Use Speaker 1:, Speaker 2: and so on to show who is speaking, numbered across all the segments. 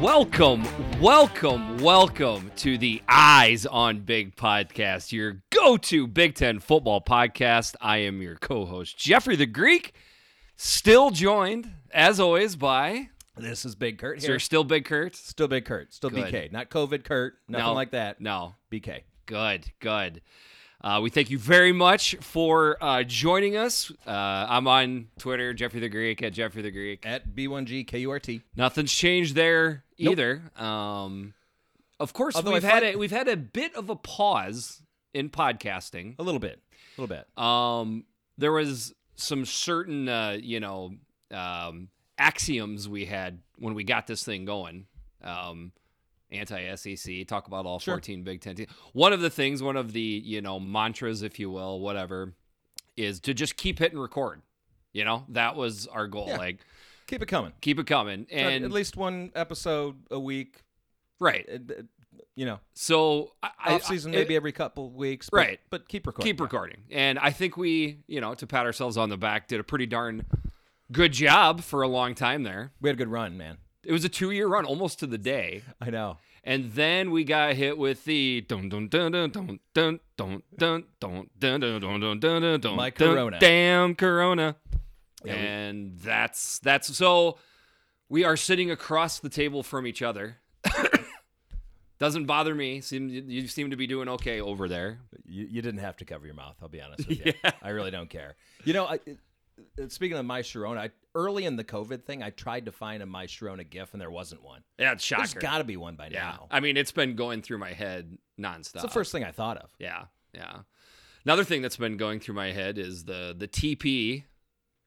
Speaker 1: Welcome, welcome, welcome to the Eyes on Big podcast, your go to Big Ten football podcast. I am your co host, Jeffrey the Greek, still joined, as always, by.
Speaker 2: This is Big Kurt
Speaker 1: So
Speaker 2: here.
Speaker 1: you're still Big Kurt?
Speaker 2: Still Big Kurt. Still
Speaker 1: Good.
Speaker 2: BK. Not COVID Kurt. Nothing
Speaker 1: No.
Speaker 2: like that.
Speaker 1: No.
Speaker 2: BK.
Speaker 1: Good, good. Uh, we thank you very much for uh, joining us. Uh, I'm on Twitter, Jeffrey the Greek, at Jeffrey the Greek.
Speaker 2: At B1GKURT.
Speaker 1: Nothing's changed there either. Um, of course,
Speaker 2: Although I
Speaker 1: we've had
Speaker 2: thought-
Speaker 1: a, we've had a bit of a pause in podcasting.
Speaker 2: A little bit. A little bit.
Speaker 1: Um, there was some certain uh, you know um, axioms we had when we got this thing going. Um, Anti SEC, talk about all
Speaker 2: Sure.
Speaker 1: 14 Big Ten teams. One of the things, one of the you know mantras, if you will, whatever, is to just keep hitting record. You know that was our goal.
Speaker 2: Yeah.
Speaker 1: Like
Speaker 2: Keep it coming.
Speaker 1: keep it coming, and
Speaker 2: at least one episode a week.
Speaker 1: right.
Speaker 2: Uh, uh, You know,
Speaker 1: So I, I-
Speaker 2: off season
Speaker 1: I-
Speaker 2: maybe every couple weeks. But,
Speaker 1: Right.
Speaker 2: But keep recording.
Speaker 1: keep recording. And I think we, you know, to pat ourselves on the back, did a pretty darn good job for a long time there.
Speaker 2: We had a good run, man.
Speaker 1: It was a two year run almost to the day.
Speaker 2: I know.
Speaker 1: And then we got hit with the dun dun dun dun dun dun dun dun dun dun dun dun dun dun dun dun
Speaker 2: My
Speaker 1: dun,
Speaker 2: corona.
Speaker 1: Damn corona.
Speaker 2: Yeah, we-
Speaker 1: And that's that's so we are sitting across the table from each other. Doesn't bother me. Seem you seem to be doing okay over there.
Speaker 2: You, you didn't have to cover your mouth. I'll be honest with you. I really don't care. You know, I, it- it- speaking of my Sharona, I, early in the COVID thing, I tried to find a my Sharona GIF, and there wasn't one.
Speaker 1: Yeah, it's
Speaker 2: There's
Speaker 1: shocker.
Speaker 2: got to be one by
Speaker 1: Yeah.
Speaker 2: now.
Speaker 1: I mean, it's been going through my head nonstop.
Speaker 2: It's the first thing I thought of.
Speaker 1: Yeah. Yeah. Another thing that's been going through my head is the the TP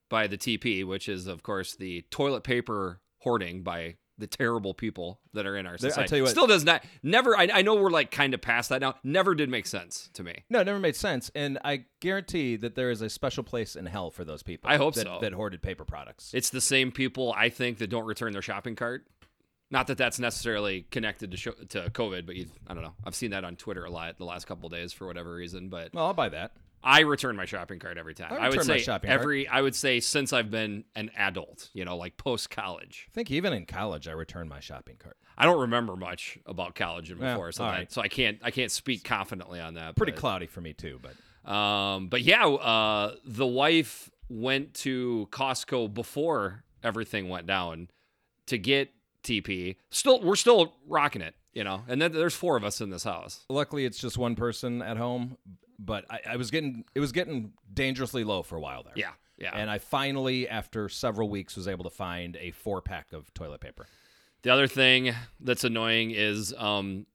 Speaker 1: by the TP, which is of course the toilet paper hoarding by the terrible people that are in our
Speaker 2: There- I
Speaker 1: society.
Speaker 2: tell you what-
Speaker 1: Still does not never I, I know we're like kind of past that now. Never did make sense to me.
Speaker 2: No, it never made sense. And I guarantee that there is a special place in hell for those people.
Speaker 1: I hope
Speaker 2: that,
Speaker 1: so.
Speaker 2: That hoarded paper products.
Speaker 1: It's the same people I think that don't return their shopping cart. Not that that's necessarily connected to show, to COVID, but you, I don't know. I've seen that on Twitter a lot the last couple of days for whatever reason. But
Speaker 2: well, I'll buy that.
Speaker 1: I return my shopping cart every time.
Speaker 2: I
Speaker 1: I, would
Speaker 2: return my
Speaker 1: say
Speaker 2: shopping cart.
Speaker 1: every. I would say since I've been an adult, you know, like post college.
Speaker 2: I think even in college, I returned my shopping cart.
Speaker 1: I don't remember much about college and
Speaker 2: Well,
Speaker 1: before, so,
Speaker 2: all
Speaker 1: that-
Speaker 2: right.
Speaker 1: so I can't. I can't speak confidently on that.
Speaker 2: Pretty
Speaker 1: but,
Speaker 2: cloudy for me too, but
Speaker 1: Um, but yeah, uh, the wife went to Costco before everything went down to get TP. Still, we're still rocking it, you know. And then there's four of us in this house.
Speaker 2: luckily it's just one person at home. But I, I was getting it was getting dangerously low for a while there.
Speaker 1: Yeah, yeah.
Speaker 2: And I finally, after several weeks, was able to find a four pack of toilet paper.
Speaker 1: The other thing that's annoying is um,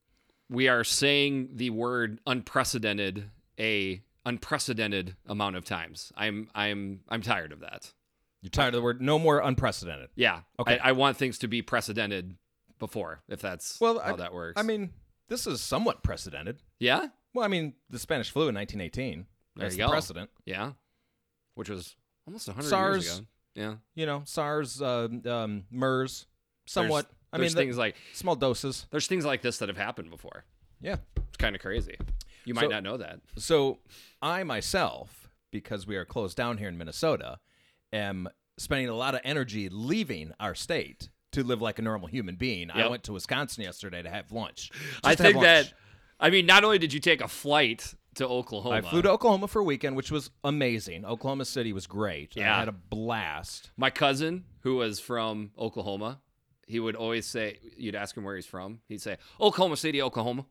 Speaker 1: we are saying the word unprecedented a unprecedented amount of times. I'm I'm I'm tired of that.
Speaker 2: You're tired of the word? No more unprecedented.
Speaker 1: Yeah.
Speaker 2: Okay.
Speaker 1: I, I want things to be precedented before, if that's
Speaker 2: Well,
Speaker 1: how
Speaker 2: I-
Speaker 1: that works.
Speaker 2: I mean, this is somewhat precedented.
Speaker 1: yeah,
Speaker 2: Well, I mean, the Spanish flu in 1918.
Speaker 1: There
Speaker 2: that's
Speaker 1: you
Speaker 2: the
Speaker 1: go.
Speaker 2: precedent.
Speaker 1: yeah, which was almost 100 years
Speaker 2: SARS.
Speaker 1: ago. Yeah.
Speaker 2: you know, SARS, uh, um, MERS, somewhat. I mean,
Speaker 1: There's
Speaker 2: the-
Speaker 1: things like
Speaker 2: small doses.
Speaker 1: there's things like this that have happened before.
Speaker 2: Yeah.
Speaker 1: It's kind of crazy. You might
Speaker 2: So-
Speaker 1: not know that.
Speaker 2: So I myself, because we are closed down here in Minnesota, am spending a lot of energy leaving our state to live like a normal human being. I
Speaker 1: Yep.
Speaker 2: went to Wisconsin yesterday to have lunch. just
Speaker 1: I
Speaker 2: to have
Speaker 1: think
Speaker 2: lunch.
Speaker 1: that. I mean, not only did you take a flight to Oklahoma,
Speaker 2: I flew to Oklahoma for a weekend, which was amazing. Oklahoma City was great.
Speaker 1: Yeah.
Speaker 2: I had a blast.
Speaker 1: My cousin, who was from Oklahoma, he would always say, you'd ask him where he's from. He'd say, Oklahoma City, Oklahoma.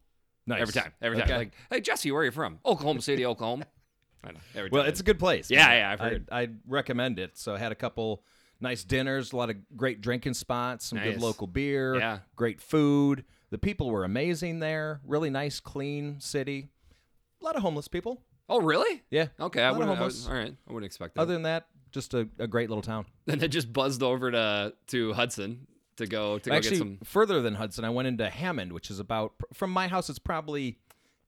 Speaker 2: Nice.
Speaker 1: Every time. Every time.
Speaker 2: Okay.
Speaker 1: Like, hey, Jesse, where are you from? Oklahoma City, Oklahoma. I know. Every
Speaker 2: Well,
Speaker 1: time.
Speaker 2: it's a good place.
Speaker 1: Yeah,
Speaker 2: man.
Speaker 1: yeah, I've
Speaker 2: I-
Speaker 1: heard.
Speaker 2: I, recommend it. So I had a couple nice dinners, a lot of great drinking spots, some
Speaker 1: Nice.
Speaker 2: good local beer,
Speaker 1: Yeah.
Speaker 2: great food. The people were amazing there. Really nice, clean city. A lot of homeless people.
Speaker 1: Oh, really?
Speaker 2: Yeah.
Speaker 1: Okay.
Speaker 2: A
Speaker 1: I
Speaker 2: lot of
Speaker 1: wouldn't. I
Speaker 2: homeless.
Speaker 1: would- all right. I wouldn't expect that.
Speaker 2: Other than that, just a, a great little town.
Speaker 1: and then just buzzed over to, to Hudson to go to go
Speaker 2: Actually,
Speaker 1: get some.
Speaker 2: further than Hudson, I went into Hammond, which is about from my house. It's probably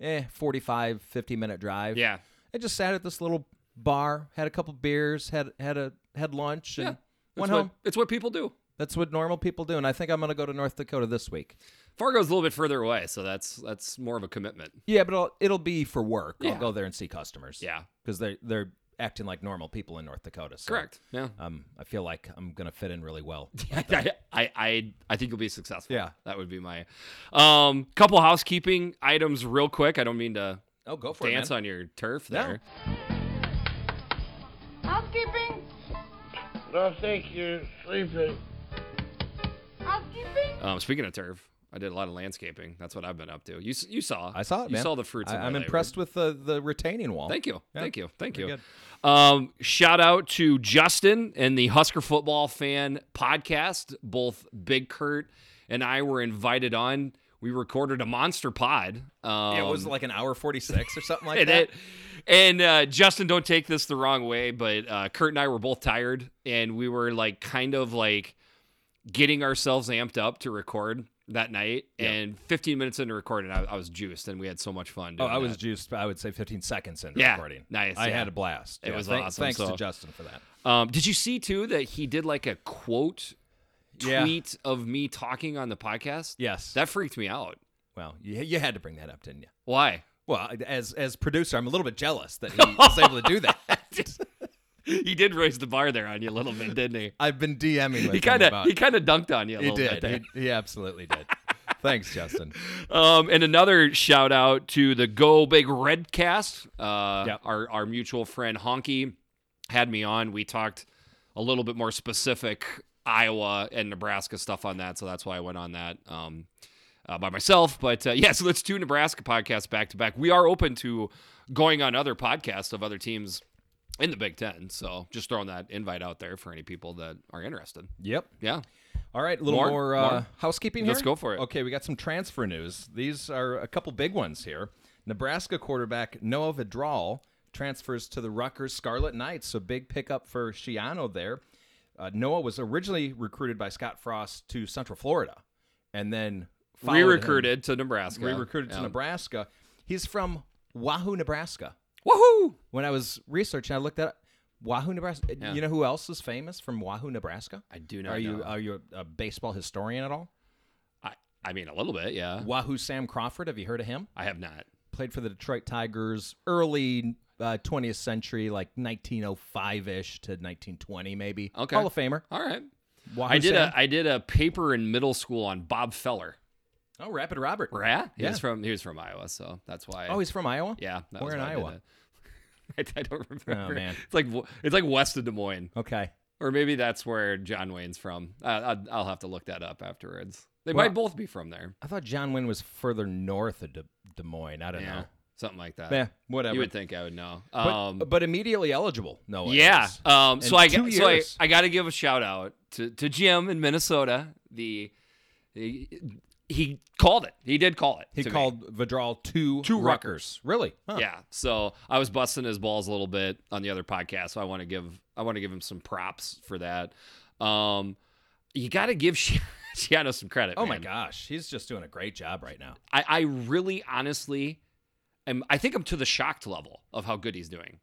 Speaker 2: eh 45, 50 minute drive.
Speaker 1: Yeah.
Speaker 2: I just sat at this little bar, had a couple beers, had had a had lunch, and
Speaker 1: Yeah.
Speaker 2: went
Speaker 1: It's what,
Speaker 2: home.
Speaker 1: it's what people do.
Speaker 2: That's what normal people do, and I think I'm going to go to North Dakota this week.
Speaker 1: Fargo's a little bit further away, so that's that's more of a commitment.
Speaker 2: Yeah, but it'll, it'll be for work.
Speaker 1: Yeah.
Speaker 2: I'll go there and see customers.
Speaker 1: Yeah.
Speaker 2: because they're they're acting like normal people in North Dakota. So,
Speaker 1: Correct. Yeah.
Speaker 2: Um, I feel like I'm gonna fit in really well.
Speaker 1: I, I, I, I think you'll be successful.
Speaker 2: Yeah.
Speaker 1: That would be my um couple housekeeping items real quick. I don't mean to
Speaker 2: Oh, go for
Speaker 1: dance
Speaker 2: it, man.
Speaker 1: on your turf
Speaker 2: No.
Speaker 1: there.
Speaker 3: Housekeeping?
Speaker 4: I think you're sleeping.
Speaker 3: Housekeeping?
Speaker 1: Um, speaking of turf, I did a lot of landscaping. That's what I've been up to. You s- you saw.
Speaker 2: I saw it.
Speaker 1: You
Speaker 2: man.
Speaker 1: saw the fruits.
Speaker 2: I,
Speaker 1: of my
Speaker 2: I'm
Speaker 1: labor.
Speaker 2: impressed with the the retaining wall.
Speaker 1: Thank you.
Speaker 2: Yeah.
Speaker 1: Thank you. Thank
Speaker 2: Pretty
Speaker 1: you. Um, shout out to Justin and the Husker Football Fan podcast. Both Big Kurt and I were invited on. We recorded a monster pod. Um,
Speaker 2: Yeah, it was like an hour 46 or something like
Speaker 1: and
Speaker 2: that.
Speaker 1: it- and uh, Justin, don't take this the wrong way, but uh, Kurt and I were both tired, and we were like kind of like getting ourselves amped up to record that night. And 15 minutes into recording, I, I was juiced, and we had so much fun.
Speaker 2: Oh,
Speaker 1: Doing
Speaker 2: I was
Speaker 1: that.
Speaker 2: juiced. I would say 15 seconds in
Speaker 1: Yeah,
Speaker 2: recording.
Speaker 1: nice,
Speaker 2: I
Speaker 1: yeah.
Speaker 2: had a blast.
Speaker 1: It was
Speaker 2: thank-
Speaker 1: awesome,
Speaker 2: Thanks
Speaker 1: so-
Speaker 2: to Justin for that.
Speaker 1: Um, did you see too that he did like a quote
Speaker 2: Yeah.
Speaker 1: tweet of me talking on the podcast?
Speaker 2: Yes.
Speaker 1: that freaked me out.
Speaker 2: well, you, you had to bring that up, didn't you?
Speaker 1: Why?
Speaker 2: Well, as as producer, I'm a little bit jealous that he was able to do that.
Speaker 1: He did raise the bar there on you a little bit, didn't he?
Speaker 2: I've been DMing with
Speaker 1: He
Speaker 2: him
Speaker 1: kind of
Speaker 2: about.
Speaker 1: he kind of dunked on you a
Speaker 2: He
Speaker 1: little bit.
Speaker 2: did.
Speaker 1: there.
Speaker 2: He, he absolutely did. Thanks, Justin.
Speaker 1: Um, and another shout out to the Go Big Redcast. Uh,
Speaker 2: Yep.
Speaker 1: our our mutual friend Honky had me on. We talked a little bit more specific Iowa and Nebraska stuff on that, so that's why I went on that um, uh, by myself. But uh, yeah, so let's do Nebraska podcasts back to back. We are open to going on other podcasts of other teams in the Big Ten. So just throwing that invite out there for any people that are interested.
Speaker 2: Yep.
Speaker 1: Yeah.
Speaker 2: All right, a little
Speaker 1: More?
Speaker 2: more, uh,
Speaker 1: More?
Speaker 2: housekeeping
Speaker 1: Let's
Speaker 2: here?
Speaker 1: go for it.
Speaker 2: Okay, we got some transfer news. These are a couple big ones here. Nebraska quarterback Noah Vidral transfers to the Rutgers Scarlet Knights, so big pickup for Shiano there. Uh, Noah was originally recruited by Scott Frost to Central Florida, and then followed him-
Speaker 1: Re-recruited to Nebraska.
Speaker 2: re-recruited to
Speaker 1: Yeah.
Speaker 2: Nebraska. He's from Wahoo, Nebraska.
Speaker 1: Woohoo!
Speaker 2: When I was researching, I looked that up. Wahoo, Nebraska. Uh, You know who else is famous from Wahoo, Nebraska?
Speaker 1: I do not
Speaker 2: Are you
Speaker 1: know.
Speaker 2: are you a baseball historian at all?
Speaker 1: I, I mean, a little bit, yeah.
Speaker 2: Wahoo Sam Crawford. Have you heard of him?
Speaker 1: I have not.
Speaker 2: Played for the Detroit Tigers early uh, 20th century, like 1905 ish to 1920, maybe.
Speaker 1: Okay.
Speaker 2: Hall of Famer.
Speaker 1: All right.
Speaker 2: Wahoo
Speaker 1: I did
Speaker 2: Sam.
Speaker 1: a I did a paper in middle school on Bob Feller.
Speaker 2: oh, Rapid Robert.
Speaker 1: Yeah, he
Speaker 2: Yeah.
Speaker 1: was from he was from Iowa, so that's why.
Speaker 2: Oh, he's from Iowa?
Speaker 1: yeah, that was
Speaker 2: Where in
Speaker 1: why I did
Speaker 2: Iowa?
Speaker 1: it. I, I don't remember.
Speaker 2: man.
Speaker 1: It's like w- it's like west of Des Moines,
Speaker 2: Okay.
Speaker 1: or maybe that's where John Wayne's from. Uh, I, I'll have to look that up afterwards. They
Speaker 2: Well-
Speaker 1: might both be from there.
Speaker 2: I thought John Wynn was further north of De, Des Moines. I don't
Speaker 1: Yeah,
Speaker 2: know.
Speaker 1: something like that.
Speaker 2: Yeah, whatever.
Speaker 1: you would think I would know.
Speaker 2: but,
Speaker 1: Um,
Speaker 2: but immediately eligible. No,
Speaker 1: Yeah. Um, so I
Speaker 2: two
Speaker 1: got- so I,
Speaker 2: years.
Speaker 1: I got to give a shout out to, to Jim in Minnesota. The, he he called it. He did call it.
Speaker 2: He
Speaker 1: to me.
Speaker 2: called Vidral two,
Speaker 1: Two
Speaker 2: Rutgers. Really? Huh.
Speaker 1: Yeah. So I was busting his balls a little bit on the other podcast. So I want to give I want to give him some props for that. Um, you got to give Shi- Shiano some credit.
Speaker 2: Oh, my
Speaker 1: man.
Speaker 2: gosh. He's just doing a great job right now.
Speaker 1: I, I really honestly am I think I'm to the shocked level of how good he's doing.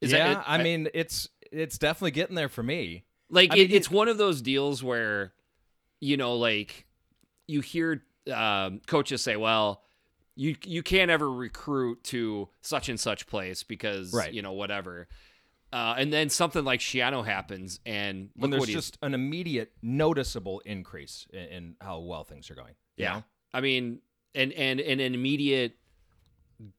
Speaker 1: Is that-
Speaker 2: yeah,
Speaker 1: it-
Speaker 2: I mean, it's it's definitely getting there for me.
Speaker 1: Like
Speaker 2: I
Speaker 1: it,
Speaker 2: mean,
Speaker 1: it's one of those deals where, you know, like you hear um, coaches say, "Well, you you can't ever recruit to such and such place because
Speaker 2: Right.
Speaker 1: you know whatever," uh, and then something like Shiano happens, and
Speaker 2: when
Speaker 1: look
Speaker 2: there's
Speaker 1: what he's
Speaker 2: just an immediate noticeable increase in, in how well things are going. you
Speaker 1: yeah.
Speaker 2: know?
Speaker 1: I mean, and and and an immediate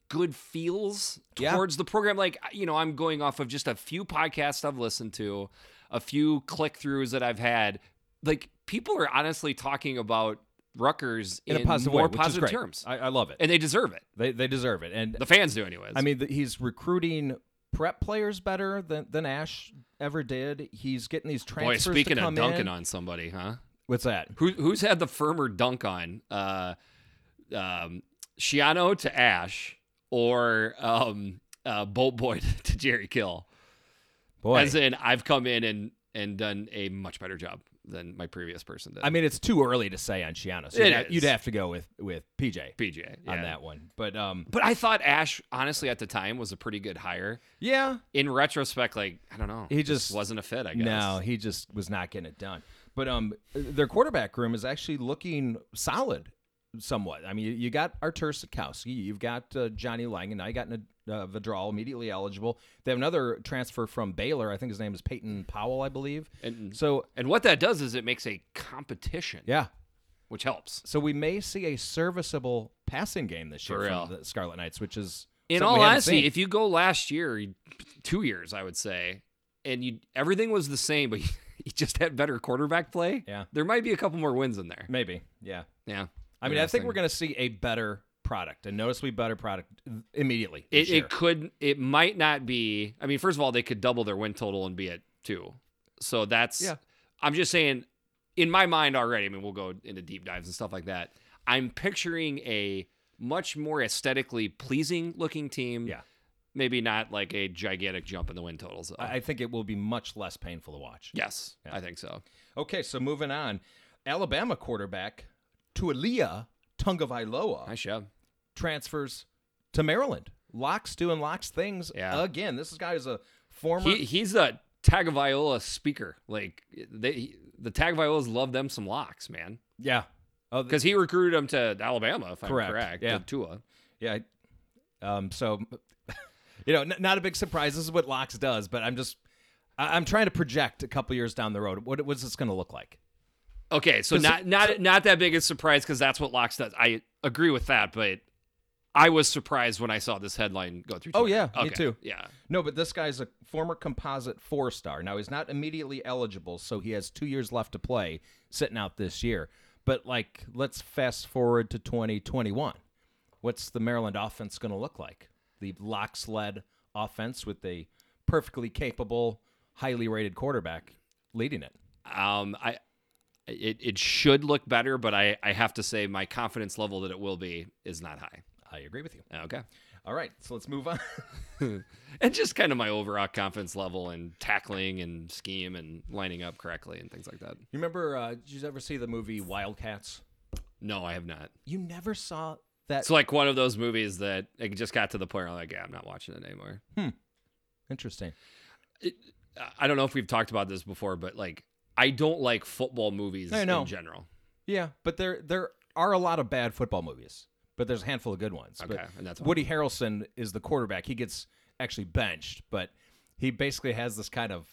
Speaker 1: good feels
Speaker 2: Yeah.
Speaker 1: towards the program. Like you know, I'm going off of just a few podcasts I've listened to, a few click throughs that I've had. Like people are honestly talking about Rutgers in,
Speaker 2: in, a positive
Speaker 1: more
Speaker 2: way, which is
Speaker 1: positive
Speaker 2: great.
Speaker 1: terms,
Speaker 2: I, I love it.
Speaker 1: and they deserve it.
Speaker 2: they they deserve it. And
Speaker 1: The fans do, anyways.
Speaker 2: I mean, th- he's recruiting prep players better than than Ash ever did. He's getting these
Speaker 1: boy,
Speaker 2: transfers. to
Speaker 1: speaking of
Speaker 2: come
Speaker 1: dunking
Speaker 2: in.
Speaker 1: on somebody, huh?
Speaker 2: what's that?
Speaker 1: Who who's had the firmer dunk on? Uh, um, Shiano to Ash or um, uh, Bolt Boy to Jerry Kill.
Speaker 2: Boy,
Speaker 1: As in, I've come in and and done a much better job than my previous person did.
Speaker 2: I mean, it's too early to say on Shiano. So
Speaker 1: It
Speaker 2: you'd, ha- you'd
Speaker 1: is.
Speaker 2: have to go with with PJ
Speaker 1: PJ
Speaker 2: on
Speaker 1: yeah.
Speaker 2: that one. But um,
Speaker 1: But I thought Ash, honestly, at the time was a pretty good hire.
Speaker 2: yeah,
Speaker 1: In retrospect, like I don't know,
Speaker 2: He
Speaker 1: just
Speaker 2: just-
Speaker 1: wasn't a fit. I guess.
Speaker 2: No, he just was not getting it done. But um, their quarterback room is actually looking solid somewhat. I mean, you, you got Artur Sikowski, you've got uh, Johnny Lang, and now you got Nad- uh, Vidral immediately eligible. They have another transfer from Baylor. I think his name is Peyton Powell, I believe.
Speaker 1: And-
Speaker 2: so,
Speaker 1: And what that does is it makes a competition,
Speaker 2: yeah.
Speaker 1: which helps.
Speaker 2: So we may see a serviceable passing game this year
Speaker 1: For
Speaker 2: from
Speaker 1: real.
Speaker 2: the Scarlet Knights, which is
Speaker 1: In
Speaker 2: something we
Speaker 1: all
Speaker 2: haven't
Speaker 1: honesty,
Speaker 2: seen.
Speaker 1: if you go last year, you- two years, I would say, and you everything was the same, but you, just had better quarterback play.
Speaker 2: Yeah.
Speaker 1: there might be a couple more wins in there.
Speaker 2: maybe, yeah.
Speaker 1: Yeah,
Speaker 2: I mean, I think we're going to see a better product, a noticeably better product immediately.
Speaker 1: It,
Speaker 2: this year.
Speaker 1: it could it might not be. I mean, first of all, they could double their win total and be at two. So that's.
Speaker 2: Yeah.
Speaker 1: I'm just saying, in my mind already. I mean, we'll go into deep dives and stuff like that. I'm picturing a much more aesthetically pleasing looking team.
Speaker 2: Yeah.
Speaker 1: Maybe not like a gigantic jump in the win totals. though.
Speaker 2: I I think it will be much less painful to watch.
Speaker 1: yes, I think so.
Speaker 2: Okay, so moving on. Alabama quarterback Tualia Tungavailoa
Speaker 1: I should.
Speaker 2: transfers to Maryland. Locks doing locks things
Speaker 1: Yeah.
Speaker 2: again. This guy is a former.
Speaker 1: He, he's a Tagovailoa speaker. Like they, the Tagovailoas love them some locks, man.
Speaker 2: yeah. Oh, th-
Speaker 1: Because he recruited them to Alabama, if
Speaker 2: Correct,
Speaker 1: I'm correct.
Speaker 2: yeah.
Speaker 1: to Tua.
Speaker 2: yeah. Um, so, you know, n- not a big surprise. This is what locks does, but I'm just, I- I'm trying to project a couple years down the road. What what's this going to look like?
Speaker 1: Okay, so
Speaker 2: 'Cause-
Speaker 1: not not not that big a surprise because that's what Locks does. I agree with that, but I was surprised when I saw this headline go through.
Speaker 2: Oh,
Speaker 1: Twitter.
Speaker 2: yeah, me
Speaker 1: Okay,
Speaker 2: too.
Speaker 1: Yeah,
Speaker 2: No, but this guy's a former composite four star. Now he's not immediately eligible, so he has two years left to play sitting out this year. But like, let's fast forward to 2021. What's the Maryland offense going to look like? The locks led offense with a perfectly capable, highly rated quarterback leading it.
Speaker 1: um, I it it should look better, but I I have to say my confidence level that it will be is not high.
Speaker 2: I agree with you.
Speaker 1: Okay,
Speaker 2: All right, so let's move on.
Speaker 1: and just kind of my overall confidence level and tackling and scheme and lining up correctly and things like that.
Speaker 2: you remember? Uh, did you ever see the movie Wildcats?
Speaker 1: No, I have not.
Speaker 2: You never saw that.
Speaker 1: It's like one of those movies that it just got to the point where I'm like, yeah, I'm not watching it anymore.
Speaker 2: Interesting.
Speaker 1: I don't know if we've talked about this before, but like I don't like football movies
Speaker 2: I know.
Speaker 1: in general.
Speaker 2: Yeah, but there there are a lot of bad football movies, but there's a handful of good ones.
Speaker 1: Okay,
Speaker 2: But
Speaker 1: and that's one.
Speaker 2: Woody Harrelson is the quarterback. He gets actually benched, but he basically has this kind of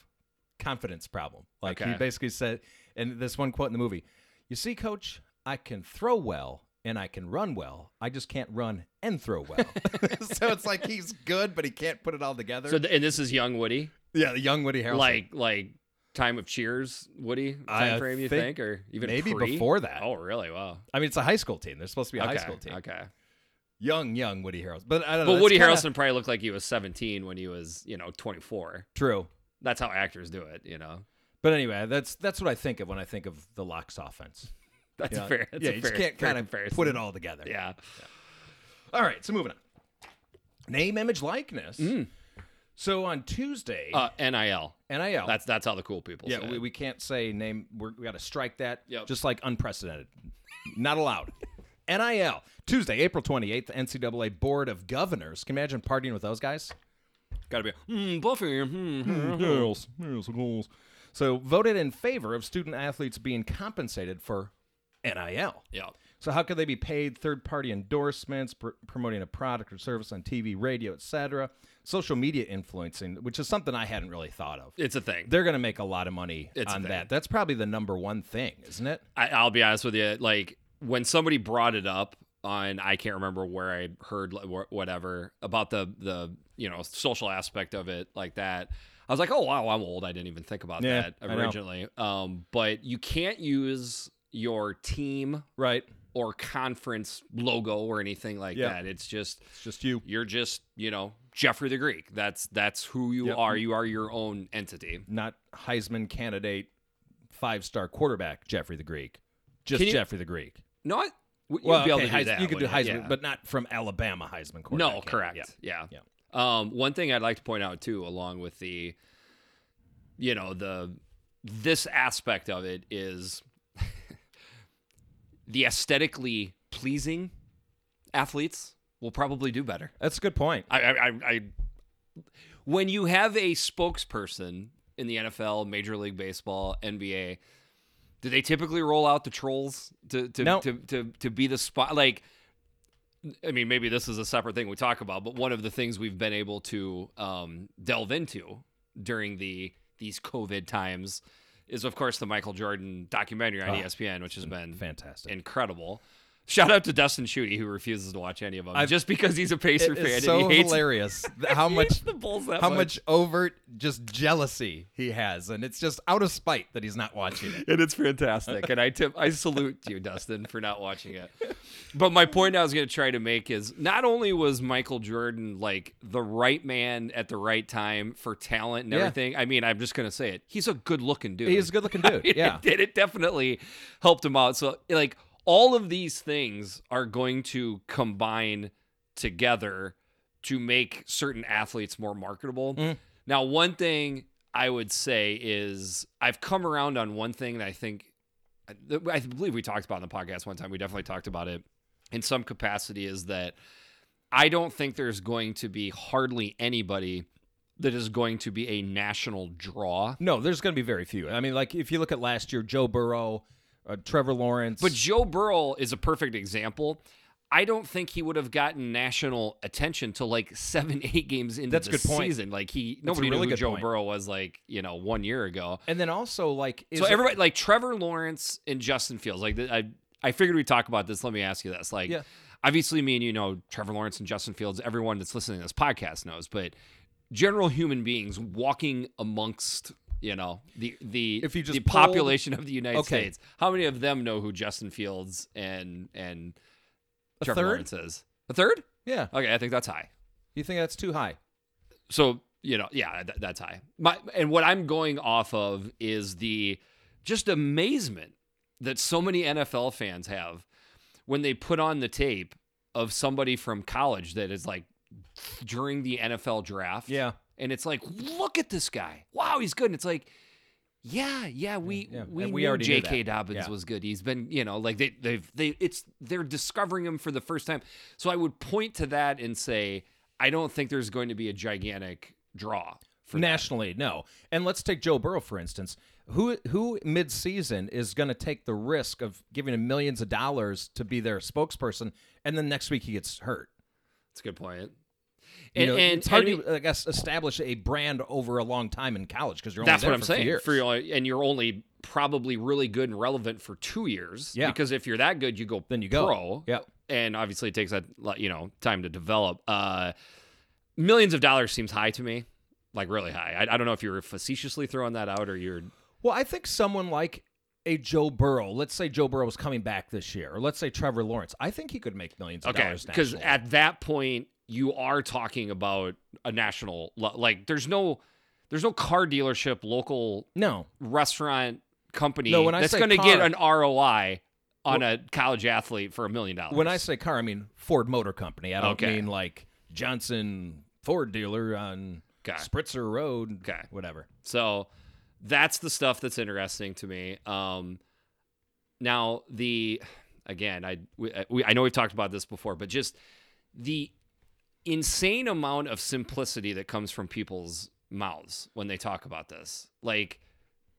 Speaker 2: confidence problem. Like he
Speaker 1: Okay.
Speaker 2: basically said, and this one quote in the movie, "You see, coach, I can throw well." And I can run well. I just can't run and throw well. so it's like he's good, but he can't put it all together.
Speaker 1: So th- and this is young Woody,
Speaker 2: yeah, the young Woody Harrelson.
Speaker 1: like like time of Cheers Woody time
Speaker 2: I uh,
Speaker 1: frame. You
Speaker 2: think
Speaker 1: think, or even
Speaker 2: maybe
Speaker 1: pre?
Speaker 2: before that.
Speaker 1: Oh, really? Wow.
Speaker 2: I mean, it's a high school team. They're supposed to be a
Speaker 1: Okay.
Speaker 2: high school team.
Speaker 1: Okay.
Speaker 2: Young, young Woody Harrelson. But I don't know.
Speaker 1: But
Speaker 2: that's
Speaker 1: Woody
Speaker 2: kinda-
Speaker 1: Harrelson probably looked like he was 17 when he was, you know, 24.
Speaker 2: True.
Speaker 1: That's how actors do it, you know.
Speaker 2: But anyway, that's that's what I think of when I think of the Locks offense.
Speaker 1: That's
Speaker 2: Yeah.
Speaker 1: fair. That's
Speaker 2: yeah,
Speaker 1: a
Speaker 2: you
Speaker 1: fair,
Speaker 2: just can't
Speaker 1: fair
Speaker 2: kind of
Speaker 1: comparison.
Speaker 2: put it all together.
Speaker 1: Yeah.
Speaker 2: All right, so moving on. Name, image, likeness. So on Tuesday,
Speaker 1: Mm. Uh, NIL.
Speaker 2: NIL.
Speaker 1: That's that's how the cool people. say
Speaker 2: yeah,
Speaker 1: it.
Speaker 2: we, we can't say name. We're, we got to strike that.
Speaker 1: Yep.
Speaker 2: Just like unprecedented, not allowed. NIL Tuesday, April twenty eighth. NCAA Board of Governors. Can you imagine partying with those guys? Got to be.
Speaker 1: Hmm, Buffy. hmm, hmm.
Speaker 2: Yes, yes, goals. So voted in favor of student athletes being compensated for NIL.
Speaker 1: Yeah.
Speaker 2: So how could they be paid third party endorsements, pr- promoting a product or service on TV, radio, etc., social media influencing, which is something I hadn't really thought of.
Speaker 1: It's a thing.
Speaker 2: They're going to make a lot of money
Speaker 1: It's a
Speaker 2: on
Speaker 1: thing.
Speaker 2: that. That's probably the number one thing, isn't it?
Speaker 1: I, I'll be honest with you. Like when somebody brought it up on, I can't remember where I heard like, wh- whatever about the the you know social aspect of it like that. I was like, oh wow, I'm old. I didn't even think about
Speaker 2: Yeah,
Speaker 1: that
Speaker 2: I know.
Speaker 1: originally. Um, but you can't use your team
Speaker 2: Right.
Speaker 1: or conference logo or anything like
Speaker 2: Yeah.
Speaker 1: that. It's just
Speaker 2: It's just you.
Speaker 1: you're just you know Jeffrey the Greek. That's that's who you
Speaker 2: Yep.
Speaker 1: are. You are your own entity.
Speaker 2: Not Heisman candidate, five star quarterback Jeffrey the Greek. Just
Speaker 1: Can you-
Speaker 2: Jeffrey the Greek.
Speaker 1: Not you'd
Speaker 2: Well,
Speaker 1: be able
Speaker 2: okay,
Speaker 1: to do
Speaker 2: Heis-
Speaker 1: that.
Speaker 2: you could do
Speaker 1: wouldn't
Speaker 2: Heisman,
Speaker 1: you? Yeah.
Speaker 2: but not from Alabama Heisman quarterback.
Speaker 1: No,
Speaker 2: candidate.
Speaker 1: correct. Yeah.
Speaker 2: Yeah.
Speaker 1: Um, one thing I'd like to point out too, along with the, you know, the this aspect of it is the aesthetically pleasing athletes will probably do better.
Speaker 2: That's a good point.
Speaker 1: I, I, I, I when you have a spokesperson in the NFL, Major League Baseball, NBA Do they typically roll out the trolls to to,
Speaker 2: No.
Speaker 1: to, to to be the spot? Like, I mean, maybe this is a separate thing we talk about, but one of the things we've been able to um, delve into during the these COVID times is, of course, the Michael Jordan documentary on E ESPN, which has been
Speaker 2: Ah, Fantastic.
Speaker 1: incredible. Shout out to Dustin Schutte, who refuses to watch any of them just because he's a Pacer
Speaker 2: It
Speaker 1: fan
Speaker 2: is
Speaker 1: and
Speaker 2: so
Speaker 1: he hates
Speaker 2: hilarious th- how
Speaker 1: he
Speaker 2: much
Speaker 1: hates the Bulls that
Speaker 2: how much overt just jealousy he has, and it's just out of spite that he's not watching it.
Speaker 1: and it's fantastic. And I tip, I salute you, Dustin, for not watching it. But my point I was going to try to make is not only was Michael Jordan like the right man at the right time for talent and
Speaker 2: Yeah.
Speaker 1: everything. I mean, I'm just going to say it. He's a good looking dude.
Speaker 2: He's a good-looking dude.
Speaker 1: It-
Speaker 2: Yeah.
Speaker 1: it, it definitely helped him out. So like all of these things are going to combine together to make certain athletes more marketable. Now, one thing I would say is I've come around on one thing that I think I believe we talked about in the podcast one time. We definitely talked about it in some capacity is that I don't think there's going to be hardly anybody that is going to be a national draw.
Speaker 2: No, there's going to be very few. I mean, like if you look at last year, Joe Burrow, uh, Trevor Lawrence,
Speaker 1: But Joe Burrow is a perfect example. I don't think he would have gotten national attention till like seven, eight games into
Speaker 2: That's a
Speaker 1: the
Speaker 2: good point.
Speaker 1: season. Like he, nobody
Speaker 2: really
Speaker 1: knew who
Speaker 2: good
Speaker 1: Joe
Speaker 2: point.
Speaker 1: Burrow was like you know one year ago.
Speaker 2: and then also like is
Speaker 1: so
Speaker 2: it-
Speaker 1: everybody like Trevor Lawrence and Justin Fields. Like th- I, I figured we'd talk about this. Let me ask you this. Like,
Speaker 2: Yeah.
Speaker 1: obviously, me and you know Trevor Lawrence and Justin Fields. Everyone that's listening to this podcast knows, but general human beings walking amongst you know the the
Speaker 2: If you just
Speaker 1: the
Speaker 2: polled-
Speaker 1: population of the United
Speaker 2: Okay.
Speaker 1: States, how many of them know who Justin Fields and and
Speaker 2: A
Speaker 1: Trevor
Speaker 2: third?
Speaker 1: Lawrence is? A third?
Speaker 2: yeah,
Speaker 1: Okay, I think that's high
Speaker 2: you think that's too high?
Speaker 1: so you know yeah that, that's high my and what i'm going off of is the just amazement that so many nfl fans have when they put on the tape of somebody from college that is like during the nfl draft
Speaker 2: Yeah.
Speaker 1: and it's like look at this guy wow he's good and it's like yeah yeah we
Speaker 2: Yeah,
Speaker 1: we,
Speaker 2: and we
Speaker 1: knew
Speaker 2: already knew
Speaker 1: jk
Speaker 2: that.
Speaker 1: dobbins
Speaker 2: Yeah.
Speaker 1: was good he's been you know like they they've they it's they're discovering him for the first time so i would point to that and say i don't think there's going to be a gigantic draw for that.
Speaker 2: Nationally, no. And let's take Joe Burrow for instance. Who who midseason is going to take the risk of giving him millions of dollars to be their spokesperson, and then next week he gets hurt?
Speaker 1: that's a good point
Speaker 2: You
Speaker 1: and,
Speaker 2: know,
Speaker 1: and
Speaker 2: it's hard
Speaker 1: and
Speaker 2: to, I guess, establish a brand over a long time in college because you're only
Speaker 1: that's
Speaker 2: there
Speaker 1: what i'm
Speaker 2: for a few
Speaker 1: saying
Speaker 2: years.
Speaker 1: for your, and you're only probably really good and relevant for two years
Speaker 2: Yeah.
Speaker 1: because if you're that good you go
Speaker 2: Then you go.
Speaker 1: pro
Speaker 2: Yeah.
Speaker 1: and obviously it takes a lot, you know time to develop. Uh, millions of dollars seems high to me, like really high. I, I don't know if you were facetiously throwing that out or you're
Speaker 2: Well, I think someone like a Joe Burrow, let's say Joe Burrow was coming back this year, or let's say Trevor Lawrence, I think he could make millions of
Speaker 1: okay
Speaker 2: dollars
Speaker 1: because
Speaker 2: nationally.
Speaker 1: at that point you are talking about a national lo- like there's no there's no car dealership local
Speaker 2: no,
Speaker 1: restaurant company
Speaker 2: No, when I
Speaker 1: that's
Speaker 2: say
Speaker 1: going to get
Speaker 2: car-
Speaker 1: an ROI on a college athlete for a million dollars.
Speaker 2: when I say car, I mean Ford Motor Company. I don't
Speaker 1: Okay.
Speaker 2: mean like Johnson Ford dealer on
Speaker 1: Okay.
Speaker 2: Spritzer Road,
Speaker 1: Okay.
Speaker 2: whatever.
Speaker 1: So that's the stuff that's interesting to me. Um, now the again, I we, uh, we, I know we've talked about this before, but just the insane amount of simplicity that comes from people's mouths when they talk about this. Like,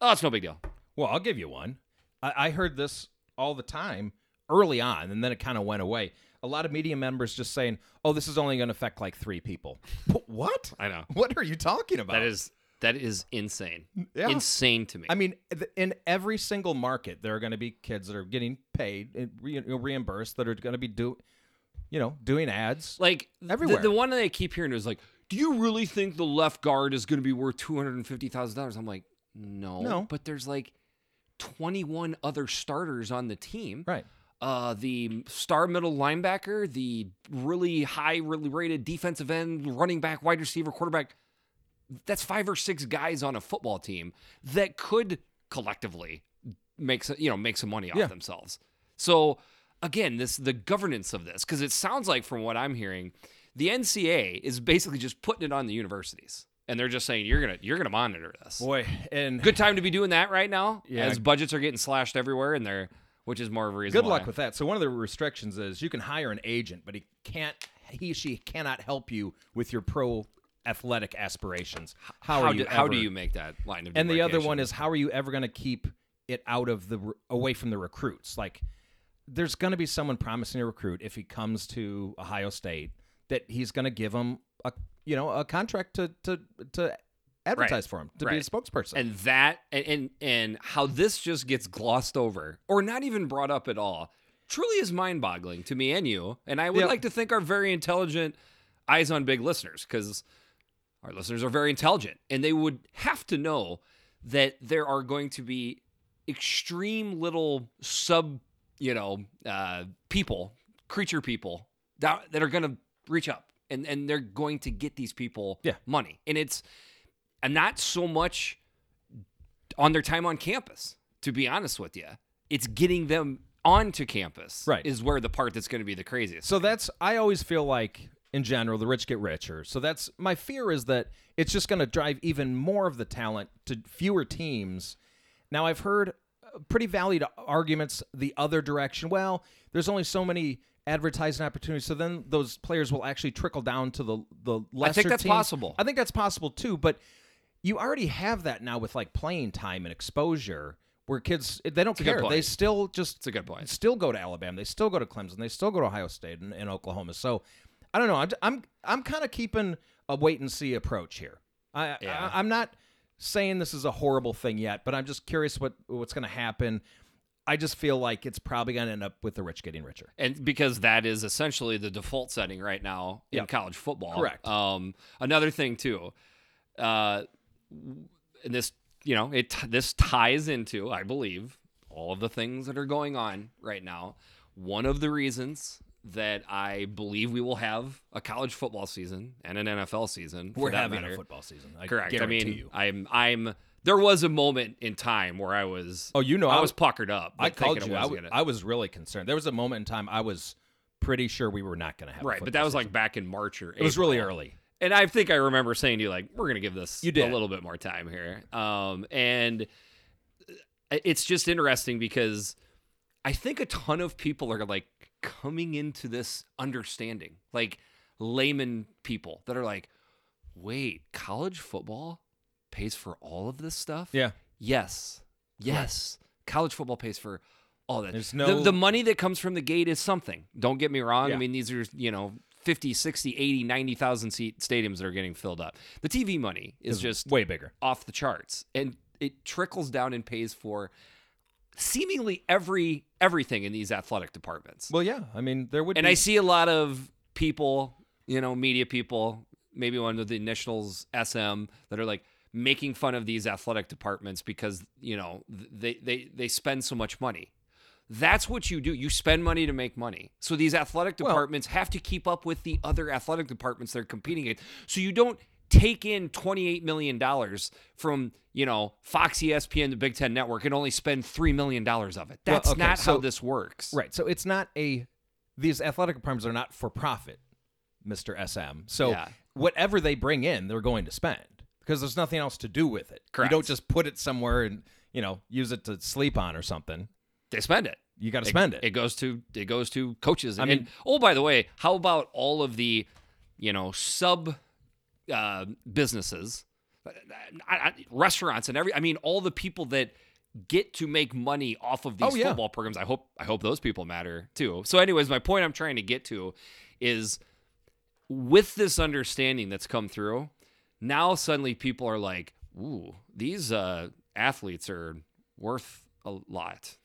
Speaker 1: oh, it's no big deal.
Speaker 2: Well, I'll give you one. I, I heard this all the time early on, and then it kind of went away. A lot of media members just saying, "Oh, this is only going to affect like three people." But what?
Speaker 1: I know.
Speaker 2: What are you talking about?
Speaker 1: That is that is insane.
Speaker 2: Yeah.
Speaker 1: Insane to me.
Speaker 2: I mean, th- in every single market, there are going to be kids that are getting paid, and re- reimbursed, that are going to be do, you know, doing ads.
Speaker 1: Like th-
Speaker 2: Everywhere.
Speaker 1: The, one that I keep hearing is like, "Do you really think the left guard is going to be worth two hundred and fifty thousand dollars?" I'm like, "No,
Speaker 2: No.
Speaker 1: But there's like twenty one other starters on the team.
Speaker 2: right.
Speaker 1: Uh, the star middle linebacker, the really high, really rated defensive end, running back, wide receiver, quarterback. That's five or six guys on a football team that could collectively make some, you know, make some money off
Speaker 2: Yeah.
Speaker 1: themselves. So again, this the governance of this because it sounds like from what I'm hearing, the NCA is basically just putting it on the universities, and they're just saying you're gonna you're gonna monitor this.
Speaker 2: Boy, and
Speaker 1: Good time to be doing that right now,
Speaker 2: Yeah.
Speaker 1: as budgets are getting slashed everywhere, and they're which is more of a reason.
Speaker 2: good
Speaker 1: why.
Speaker 2: luck with that. So one of the restrictions is you can hire an agent, but he can't, he she cannot help you with your pro athletic aspirations. How,
Speaker 1: how,
Speaker 2: are
Speaker 1: do,
Speaker 2: you?
Speaker 1: how do
Speaker 2: ever-
Speaker 1: you make that line of
Speaker 2: And the other
Speaker 1: demarcation?
Speaker 2: one is how are you ever going to keep it out of the away from the recruits. Like there's going to be someone promising a recruit if he comes to Ohio State that he's going to give him a you know a contract to to to advertise for him to be a
Speaker 1: Right.
Speaker 2: spokesperson.
Speaker 1: and that and, and and how this just gets glossed over or not even brought up at all truly is mind-boggling to me and you and i would
Speaker 2: Yeah.
Speaker 1: like to thank our very intelligent eyes on big listeners because our listeners are very intelligent and they would have to know that there are going to be extreme little sub you know uh, people creature people that, that are going to reach up and and they're going to get these people
Speaker 2: Yeah.
Speaker 1: money and it's and not so much on their time on campus to be honest with you it's getting them onto campus
Speaker 2: Right.
Speaker 1: is where the part that's going to be the craziest
Speaker 2: So that's I always feel like in general the rich get richer. So that's my fear is that it's just going to drive even more of the talent to fewer teams. Now I've heard uh, pretty valid arguments the other direction. Well, there's only so many advertising opportunities, so then those players will actually trickle down to the the lesser.
Speaker 1: that's
Speaker 2: teams.
Speaker 1: possible.
Speaker 2: I think that's possible too, but you already have that now with like playing time and exposure. Where kids, they don't
Speaker 1: good
Speaker 2: care.
Speaker 1: point.
Speaker 2: They still just
Speaker 1: it's a good point
Speaker 2: still go to Alabama. They still go to Clemson. They still go to Ohio State and, and Oklahoma. So I don't know. I'm I'm, I'm kind of keeping a wait and see approach here. I,
Speaker 1: Yeah.
Speaker 2: I I'm not saying this is a horrible thing yet, but I'm just curious what what's going to happen. I just feel like it's probably going to end up with the rich getting richer.
Speaker 1: and because that is essentially the default setting right now in
Speaker 2: Yep.
Speaker 1: college football.
Speaker 2: Correct.
Speaker 1: Um, another thing too, uh, w- and this you know it this ties into I believe all of the things that are going on right now. One of the reasons that I believe we will have a college football season and an NFL season. for that matter.
Speaker 2: football season.
Speaker 1: Correct. I mean, I'm I'm. There was a moment in time where I was.
Speaker 2: Oh, you know,
Speaker 1: I
Speaker 2: I
Speaker 1: was
Speaker 2: w-
Speaker 1: puckered up.
Speaker 2: I
Speaker 1: but thinking
Speaker 2: called
Speaker 1: it
Speaker 2: you. I,
Speaker 1: wasn't
Speaker 2: w-
Speaker 1: gonna-
Speaker 2: I was really concerned. There was a moment in time I was pretty sure we were not going to have. a
Speaker 1: right, but
Speaker 2: football
Speaker 1: that was
Speaker 2: season.
Speaker 1: like back in March or
Speaker 2: it was really
Speaker 1: April.
Speaker 2: early.
Speaker 1: and I think I remember saying to you like we're gonna give this
Speaker 2: You
Speaker 1: a
Speaker 2: did.
Speaker 1: little bit more time here, um, and uh, it's just interesting because I think a ton of people are like coming into this understanding, like layman people that are like, wait, college football pays for all of this stuff?
Speaker 2: Yeah.
Speaker 1: Yes. Yes. College football pays for all that.
Speaker 2: There's
Speaker 1: The-
Speaker 2: no-
Speaker 1: the, money that comes from the gate is something. Don't get me wrong. I
Speaker 2: Yeah.
Speaker 1: mean, these are, you know, 50, 60, 80, 90,000 seat stadiums that are getting filled up. The TV money is just
Speaker 2: Way bigger.
Speaker 1: off the charts and it trickles down and pays for seemingly every everything in these athletic departments.
Speaker 2: Well, yeah. I mean, there would.
Speaker 1: and
Speaker 2: be
Speaker 1: I see a lot of people, you know, media people, maybe one of the initials SM that are like making fun of these athletic departments because, you know, th- they they they spend so much money. That's what you do. You spend money to make money. So these athletic departments have to keep up with the other athletic departments they're competing in. So you don't take in $28 million from, you know, Fox E ESPN, the Big Ten Network, and only spend $3 million of it.
Speaker 2: Well,
Speaker 1: That's
Speaker 2: okay,
Speaker 1: not how
Speaker 2: so-
Speaker 1: this works.
Speaker 2: Right. So it's not a these athletic departments are not for profit, Mr. SM. So
Speaker 1: Yeah.
Speaker 2: whatever they bring in, they're going to spend because there's nothing else to do with it.
Speaker 1: Correct.
Speaker 2: You don't just put it somewhere and, you know, use it to sleep on or something.
Speaker 1: They spend it.
Speaker 2: You got to spend it.
Speaker 1: It goes to it goes to coaches. I mean,
Speaker 2: mean-
Speaker 1: oh, by the way, how about all of the, you know, sub uh, businesses, I- I- restaurants, and every. I mean, all the people that get to make money off of these
Speaker 2: Oh, yeah.
Speaker 1: football programs. I hope I hope those people matter too. So, anyways, my point I'm trying to get to is with this understanding that's come through, now suddenly people are like, "Ooh, these uh, athletes are worth a lot,"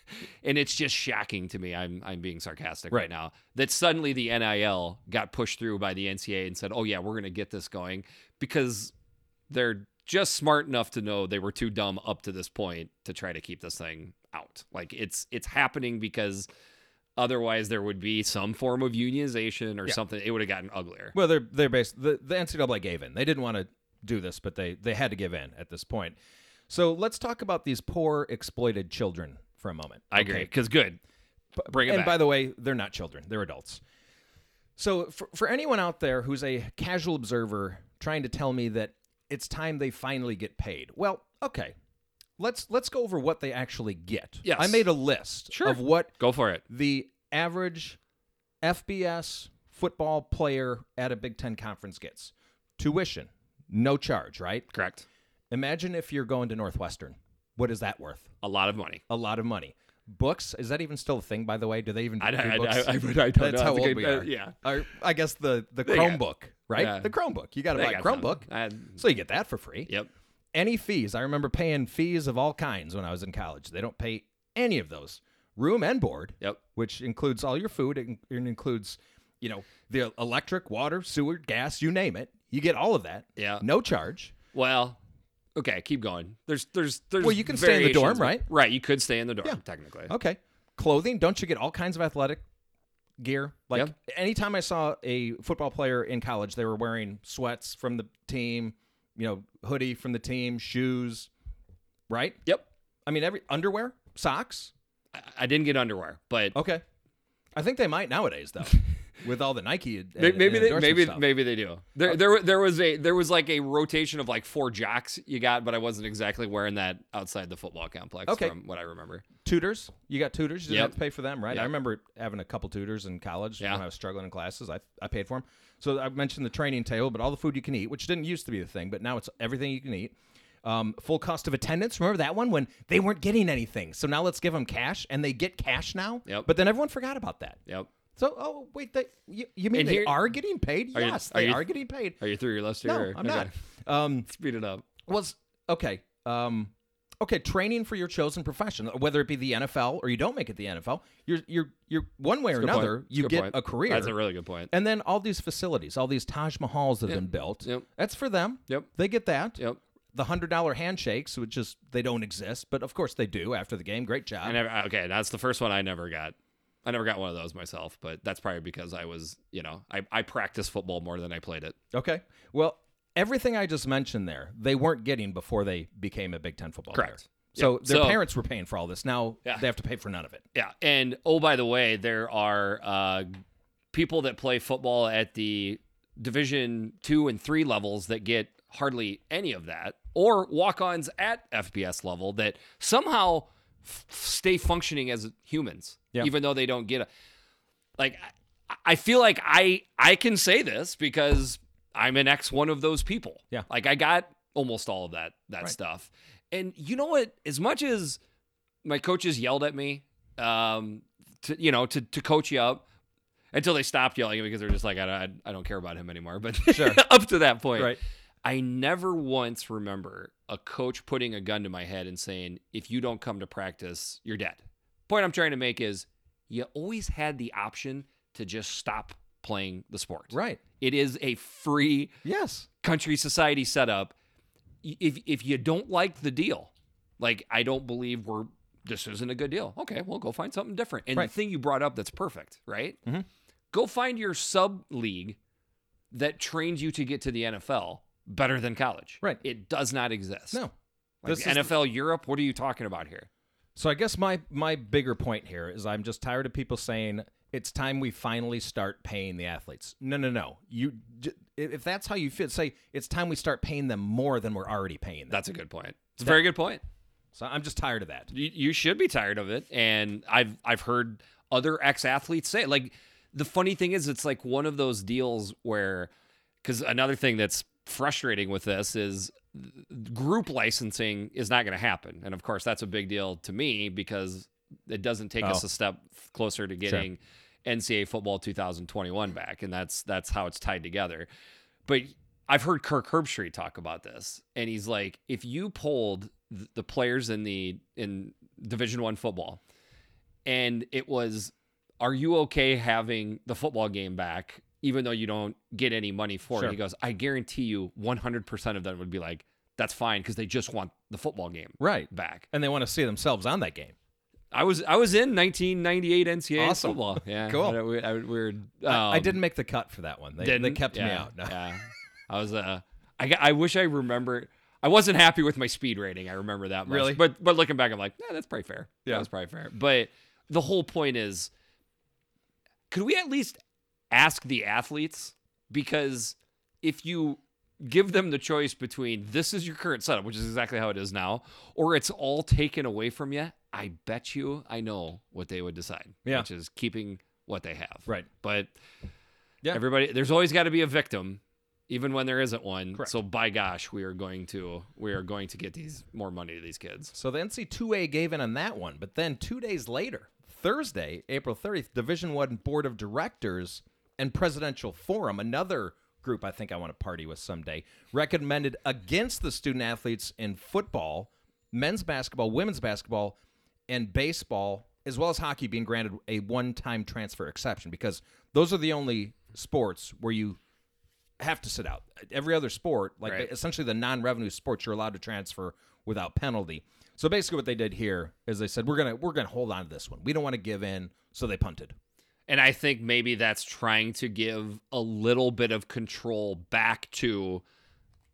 Speaker 1: and it's just shocking to me. I'm I'm being sarcastic right.
Speaker 2: Right.
Speaker 1: now that suddenly the NIL got pushed through by the NCAA and said, "Oh yeah, we're gonna get this going," because they're just smart enough to know they were too dumb up to this point to try to keep this thing out. Like it's it's happening because otherwise there would be some form of unionization or something. It would have gotten uglier.
Speaker 2: Well, they're they're based the, the NCAA gave in. They didn't want to do this, but they they had to give in at this point. So let's talk about these poor exploited children for a moment.
Speaker 1: I agree. Because good. Bring it
Speaker 2: and
Speaker 1: back.
Speaker 2: by the way, they're not children; they're adults. So, for, for anyone out there who's a casual observer trying to tell me that it's time they finally get paid, well, okay, let's let's go over what they actually get.
Speaker 1: Yes.
Speaker 2: I made a list
Speaker 1: Sure.
Speaker 2: of what
Speaker 1: Go for it.
Speaker 2: the average FBS football player at a Big Ten conference gets. Tuition, no charge, right?
Speaker 1: Correct.
Speaker 2: Imagine if you're going to Northwestern. What is that worth?
Speaker 1: A lot of money.
Speaker 2: A lot of money. Books is that even still a thing? By the way, do they even?
Speaker 1: I, I,
Speaker 2: do
Speaker 1: I,
Speaker 2: books?
Speaker 1: I, I don't know.
Speaker 2: That's
Speaker 1: I
Speaker 2: how
Speaker 1: think
Speaker 2: old
Speaker 1: I-
Speaker 2: we
Speaker 1: uh,
Speaker 2: are.
Speaker 1: yeah.
Speaker 2: Or, I guess the the
Speaker 1: got-
Speaker 2: Chromebook, right?
Speaker 1: yeah.
Speaker 2: The Chromebook. You got to
Speaker 1: They
Speaker 2: buy a
Speaker 1: got some.
Speaker 2: Chromebook,
Speaker 1: uh, I-
Speaker 2: so you get that for free.
Speaker 1: Yep.
Speaker 2: Any fees? I remember paying fees of all kinds when I was in college. They don't pay any of those. Room and board,
Speaker 1: Yep.
Speaker 2: which includes all your food. It, in- it includes, you know, the electric, water, sewer, gas, you name it. You get all of that.
Speaker 1: Yeah.
Speaker 2: No charge.
Speaker 1: Well, okay, keep going. There's there's there's
Speaker 2: Well, you can stay in the dorm,
Speaker 1: variations,
Speaker 2: right?
Speaker 1: but- Right, you could stay in the dorm
Speaker 2: Yeah.
Speaker 1: technically.
Speaker 2: Okay. Clothing, don't you get all kinds of athletic gear? Like
Speaker 1: Yep.
Speaker 2: anytime I saw a football player in college, they were wearing sweats from the team, you know, hoodie from the team, shoes, right?
Speaker 1: Yep.
Speaker 2: I mean every underwear, socks.
Speaker 1: I, I didn't get underwear, but
Speaker 2: Okay. I think they might nowadays though. with all the Nike and,
Speaker 1: May-
Speaker 2: and
Speaker 1: maybe they,
Speaker 2: endorsement
Speaker 1: maybe
Speaker 2: stuff.
Speaker 1: maybe they do. There there wa- there was a there was like a rotation of like four jocks you got, but I wasn't exactly wearing that outside the football complex
Speaker 2: Okay.
Speaker 1: from what I remember.
Speaker 2: tutors. You got tutors. You didn't
Speaker 1: Yep.
Speaker 2: have to pay for them, right?
Speaker 1: Yep.
Speaker 2: I remember having a couple tutors in college
Speaker 1: Yeah.
Speaker 2: when I was struggling in classes. I, I paid for them. So I mentioned the training table, but all the food you can eat, which didn't used to be the thing, but now it's everything you can eat. Um, full cost of attendance. Remember that one when they weren't getting anything. So now let's give them cash, and they get cash now.
Speaker 1: Yep.
Speaker 2: But then everyone forgot about that.
Speaker 1: Yep.
Speaker 2: So oh wait, they, you, you mean
Speaker 1: And
Speaker 2: they
Speaker 1: here-
Speaker 2: are getting paid?
Speaker 1: Are you-
Speaker 2: yes,
Speaker 1: are
Speaker 2: they
Speaker 1: you-
Speaker 2: are getting paid.
Speaker 1: Are you through your list here?
Speaker 2: No,
Speaker 1: or-
Speaker 2: I'm
Speaker 1: okay.
Speaker 2: not. Um,
Speaker 1: Speed it up.
Speaker 2: was okay. Um, okay, training for your chosen profession, whether it be the NFL or you don't make it the NFL, you're you're you're one way or
Speaker 1: Good point.
Speaker 2: another,
Speaker 1: That's
Speaker 2: you
Speaker 1: good
Speaker 2: get
Speaker 1: point.
Speaker 2: a career.
Speaker 1: That's a really good point.
Speaker 2: and then all these facilities, all these Taj Mahals that have been built.
Speaker 1: Yep.
Speaker 2: That's for them.
Speaker 1: Yep.
Speaker 2: They get that.
Speaker 1: Yep.
Speaker 2: The hundred dollar handshakes, which is they don't exist, but of course they do after the game. Great job.
Speaker 1: I never okay, that's the first one I never got. I never got one of those myself, but that's probably because I was, you know, I, I practiced football more than I played it.
Speaker 2: Okay. Well, everything I just mentioned there, they weren't getting before they became a Big Ten football
Speaker 1: Correct.
Speaker 2: player. So
Speaker 1: Yep.
Speaker 2: their
Speaker 1: So-
Speaker 2: parents were paying for all this. Now
Speaker 1: Yeah.
Speaker 2: they have to pay for none of it.
Speaker 1: Yeah, and oh by the way, there are uh, people that play football at the Division two and three levels that get hardly any of that, or walk-ons at FBS level that somehow f- stay functioning as humans,
Speaker 2: Yeah.
Speaker 1: even though they don't get a like. I, I feel like I I can say this because I'm an ex one of those people.
Speaker 2: Yeah.
Speaker 1: like I got almost all of that that stuff, and you know what? As much as my coaches yelled at me, um, to, you know, to, to coach you up until they stopped yelling at me because they're just like, I, don't- I, don't care about him anymore. But
Speaker 2: Sure.
Speaker 1: up to that point,
Speaker 2: Right.
Speaker 1: I never once remember a coach putting a gun to my head and saying, if you don't come to practice, you're dead. Point I'm trying to make is you always had the option to just stop playing the sport.
Speaker 2: Right.
Speaker 1: It is a free
Speaker 2: Yes.
Speaker 1: country society setup, y- if if you don't like the deal, like I don't believe we're this isn't a good deal. Okay, well go find something different. And
Speaker 2: Right.
Speaker 1: the thing you brought up that's perfect, right?
Speaker 2: Mhm.
Speaker 1: Go find your sub league that trains you to get to the NFL better than college.
Speaker 2: Right.
Speaker 1: It does not exist.
Speaker 2: No.
Speaker 1: Like
Speaker 2: This is-
Speaker 1: NFL Europe, what are you talking about here?
Speaker 2: So I guess my my bigger point here is I'm just tired of people saying it's time we finally start paying the athletes. No, no, no. You j- if if that's how you feel, say it's time we start paying them more than we're already paying them.
Speaker 1: That's a good point. It's a very good point.
Speaker 2: so I'm just tired of that.
Speaker 1: you, you should be tired of it and i've i've heard other ex-athletes say like the funny thing is it's like one of those deals where because another thing that's frustrating with this is th- group licensing is not going to happen and of course that's a big deal to me because it doesn't take us a
Speaker 2: Oh.
Speaker 1: step closer to getting ncaa football 2021 back and that's that's how it's tied together but I've heard Kirk Herbstreit talk about this, and he's like, if you polled th- the players in the in Division One football, and it was, are you okay having the football game back, even though you don't get any money for
Speaker 2: Sure.
Speaker 1: it? He goes, I guarantee you, 100% of them would be like, that's fine, because they just want the football game
Speaker 2: Right.
Speaker 1: back.
Speaker 2: And they want to see themselves on that game.
Speaker 1: I was I was in 1998 NCAA
Speaker 2: Awesome.
Speaker 1: football. Yeah,
Speaker 2: Cool.
Speaker 1: I, we- I, we were,
Speaker 2: I, I
Speaker 1: um,
Speaker 2: didn't make the cut for that one. They, they
Speaker 1: didn't.
Speaker 2: kept me
Speaker 1: Yeah,
Speaker 2: out. No.
Speaker 1: yeah. I was uh I got- I wish I remember I wasn't happy with my speed rating. I remember that much.
Speaker 2: Really?
Speaker 1: But but looking back I'm like, "Yeah, that's probably fair."
Speaker 2: Yeah.
Speaker 1: That was probably fair. But the whole point is could we at least ask the athletes because if you give them the choice between this is your current setup, which is exactly how it is now, or it's all taken away from you, I bet you I know what they would decide,
Speaker 2: Yeah.
Speaker 1: which is keeping what they have.
Speaker 2: Right.
Speaker 1: But
Speaker 2: Yeah.
Speaker 1: everybody, there's always got to be a victim, even when there isn't one.
Speaker 2: Correct.
Speaker 1: So by gosh, we are going to we are going to get these more money to these kids.
Speaker 2: So the NC2A gave in on that one, but then two days later, Thursday, April 30th, Division One Board of Directors and Presidential Forum, another group I think I want to party with someday, recommended against the student athletes in football, men's basketball, women's basketball, and baseball, as well as hockey, being granted a one-time transfer exception because those are the only sports where you have to sit out. Every other sport, like
Speaker 1: Right.
Speaker 2: essentially the non-revenue sports, you're allowed to transfer without penalty. So basically, what they did here is they said we're gonna we're gonna hold on to this one. We don't want to give in, so they punted.
Speaker 1: And I think maybe that's trying to give a little bit of control back to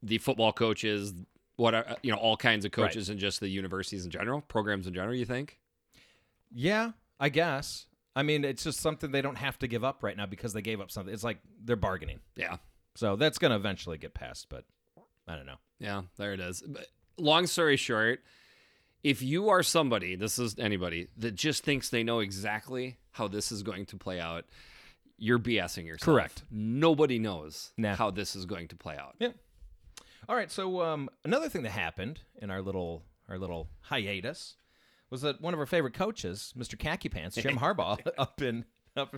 Speaker 1: the football coaches, what are you know, all kinds of coaches and just the universities in general, programs in general, you think?
Speaker 2: Yeah, I guess. I mean, it's just something they don't have to give up right now because they gave up something. It's like they're bargaining.
Speaker 1: Yeah.
Speaker 2: So that's gonna eventually get passed, but I don't know.
Speaker 1: Yeah, there it is. But long story short, if you are somebody, this is anybody that just thinks they know exactly how this is going to play out, you're BSing yourself.
Speaker 2: Correct.
Speaker 1: Nobody knows
Speaker 2: Nah.
Speaker 1: how this is going to play out.
Speaker 2: Yeah. All right. So um, another thing that happened in our little our little hiatus was that one of our favorite coaches, Mr. Khaki Pants, Jim Harbaugh, up in up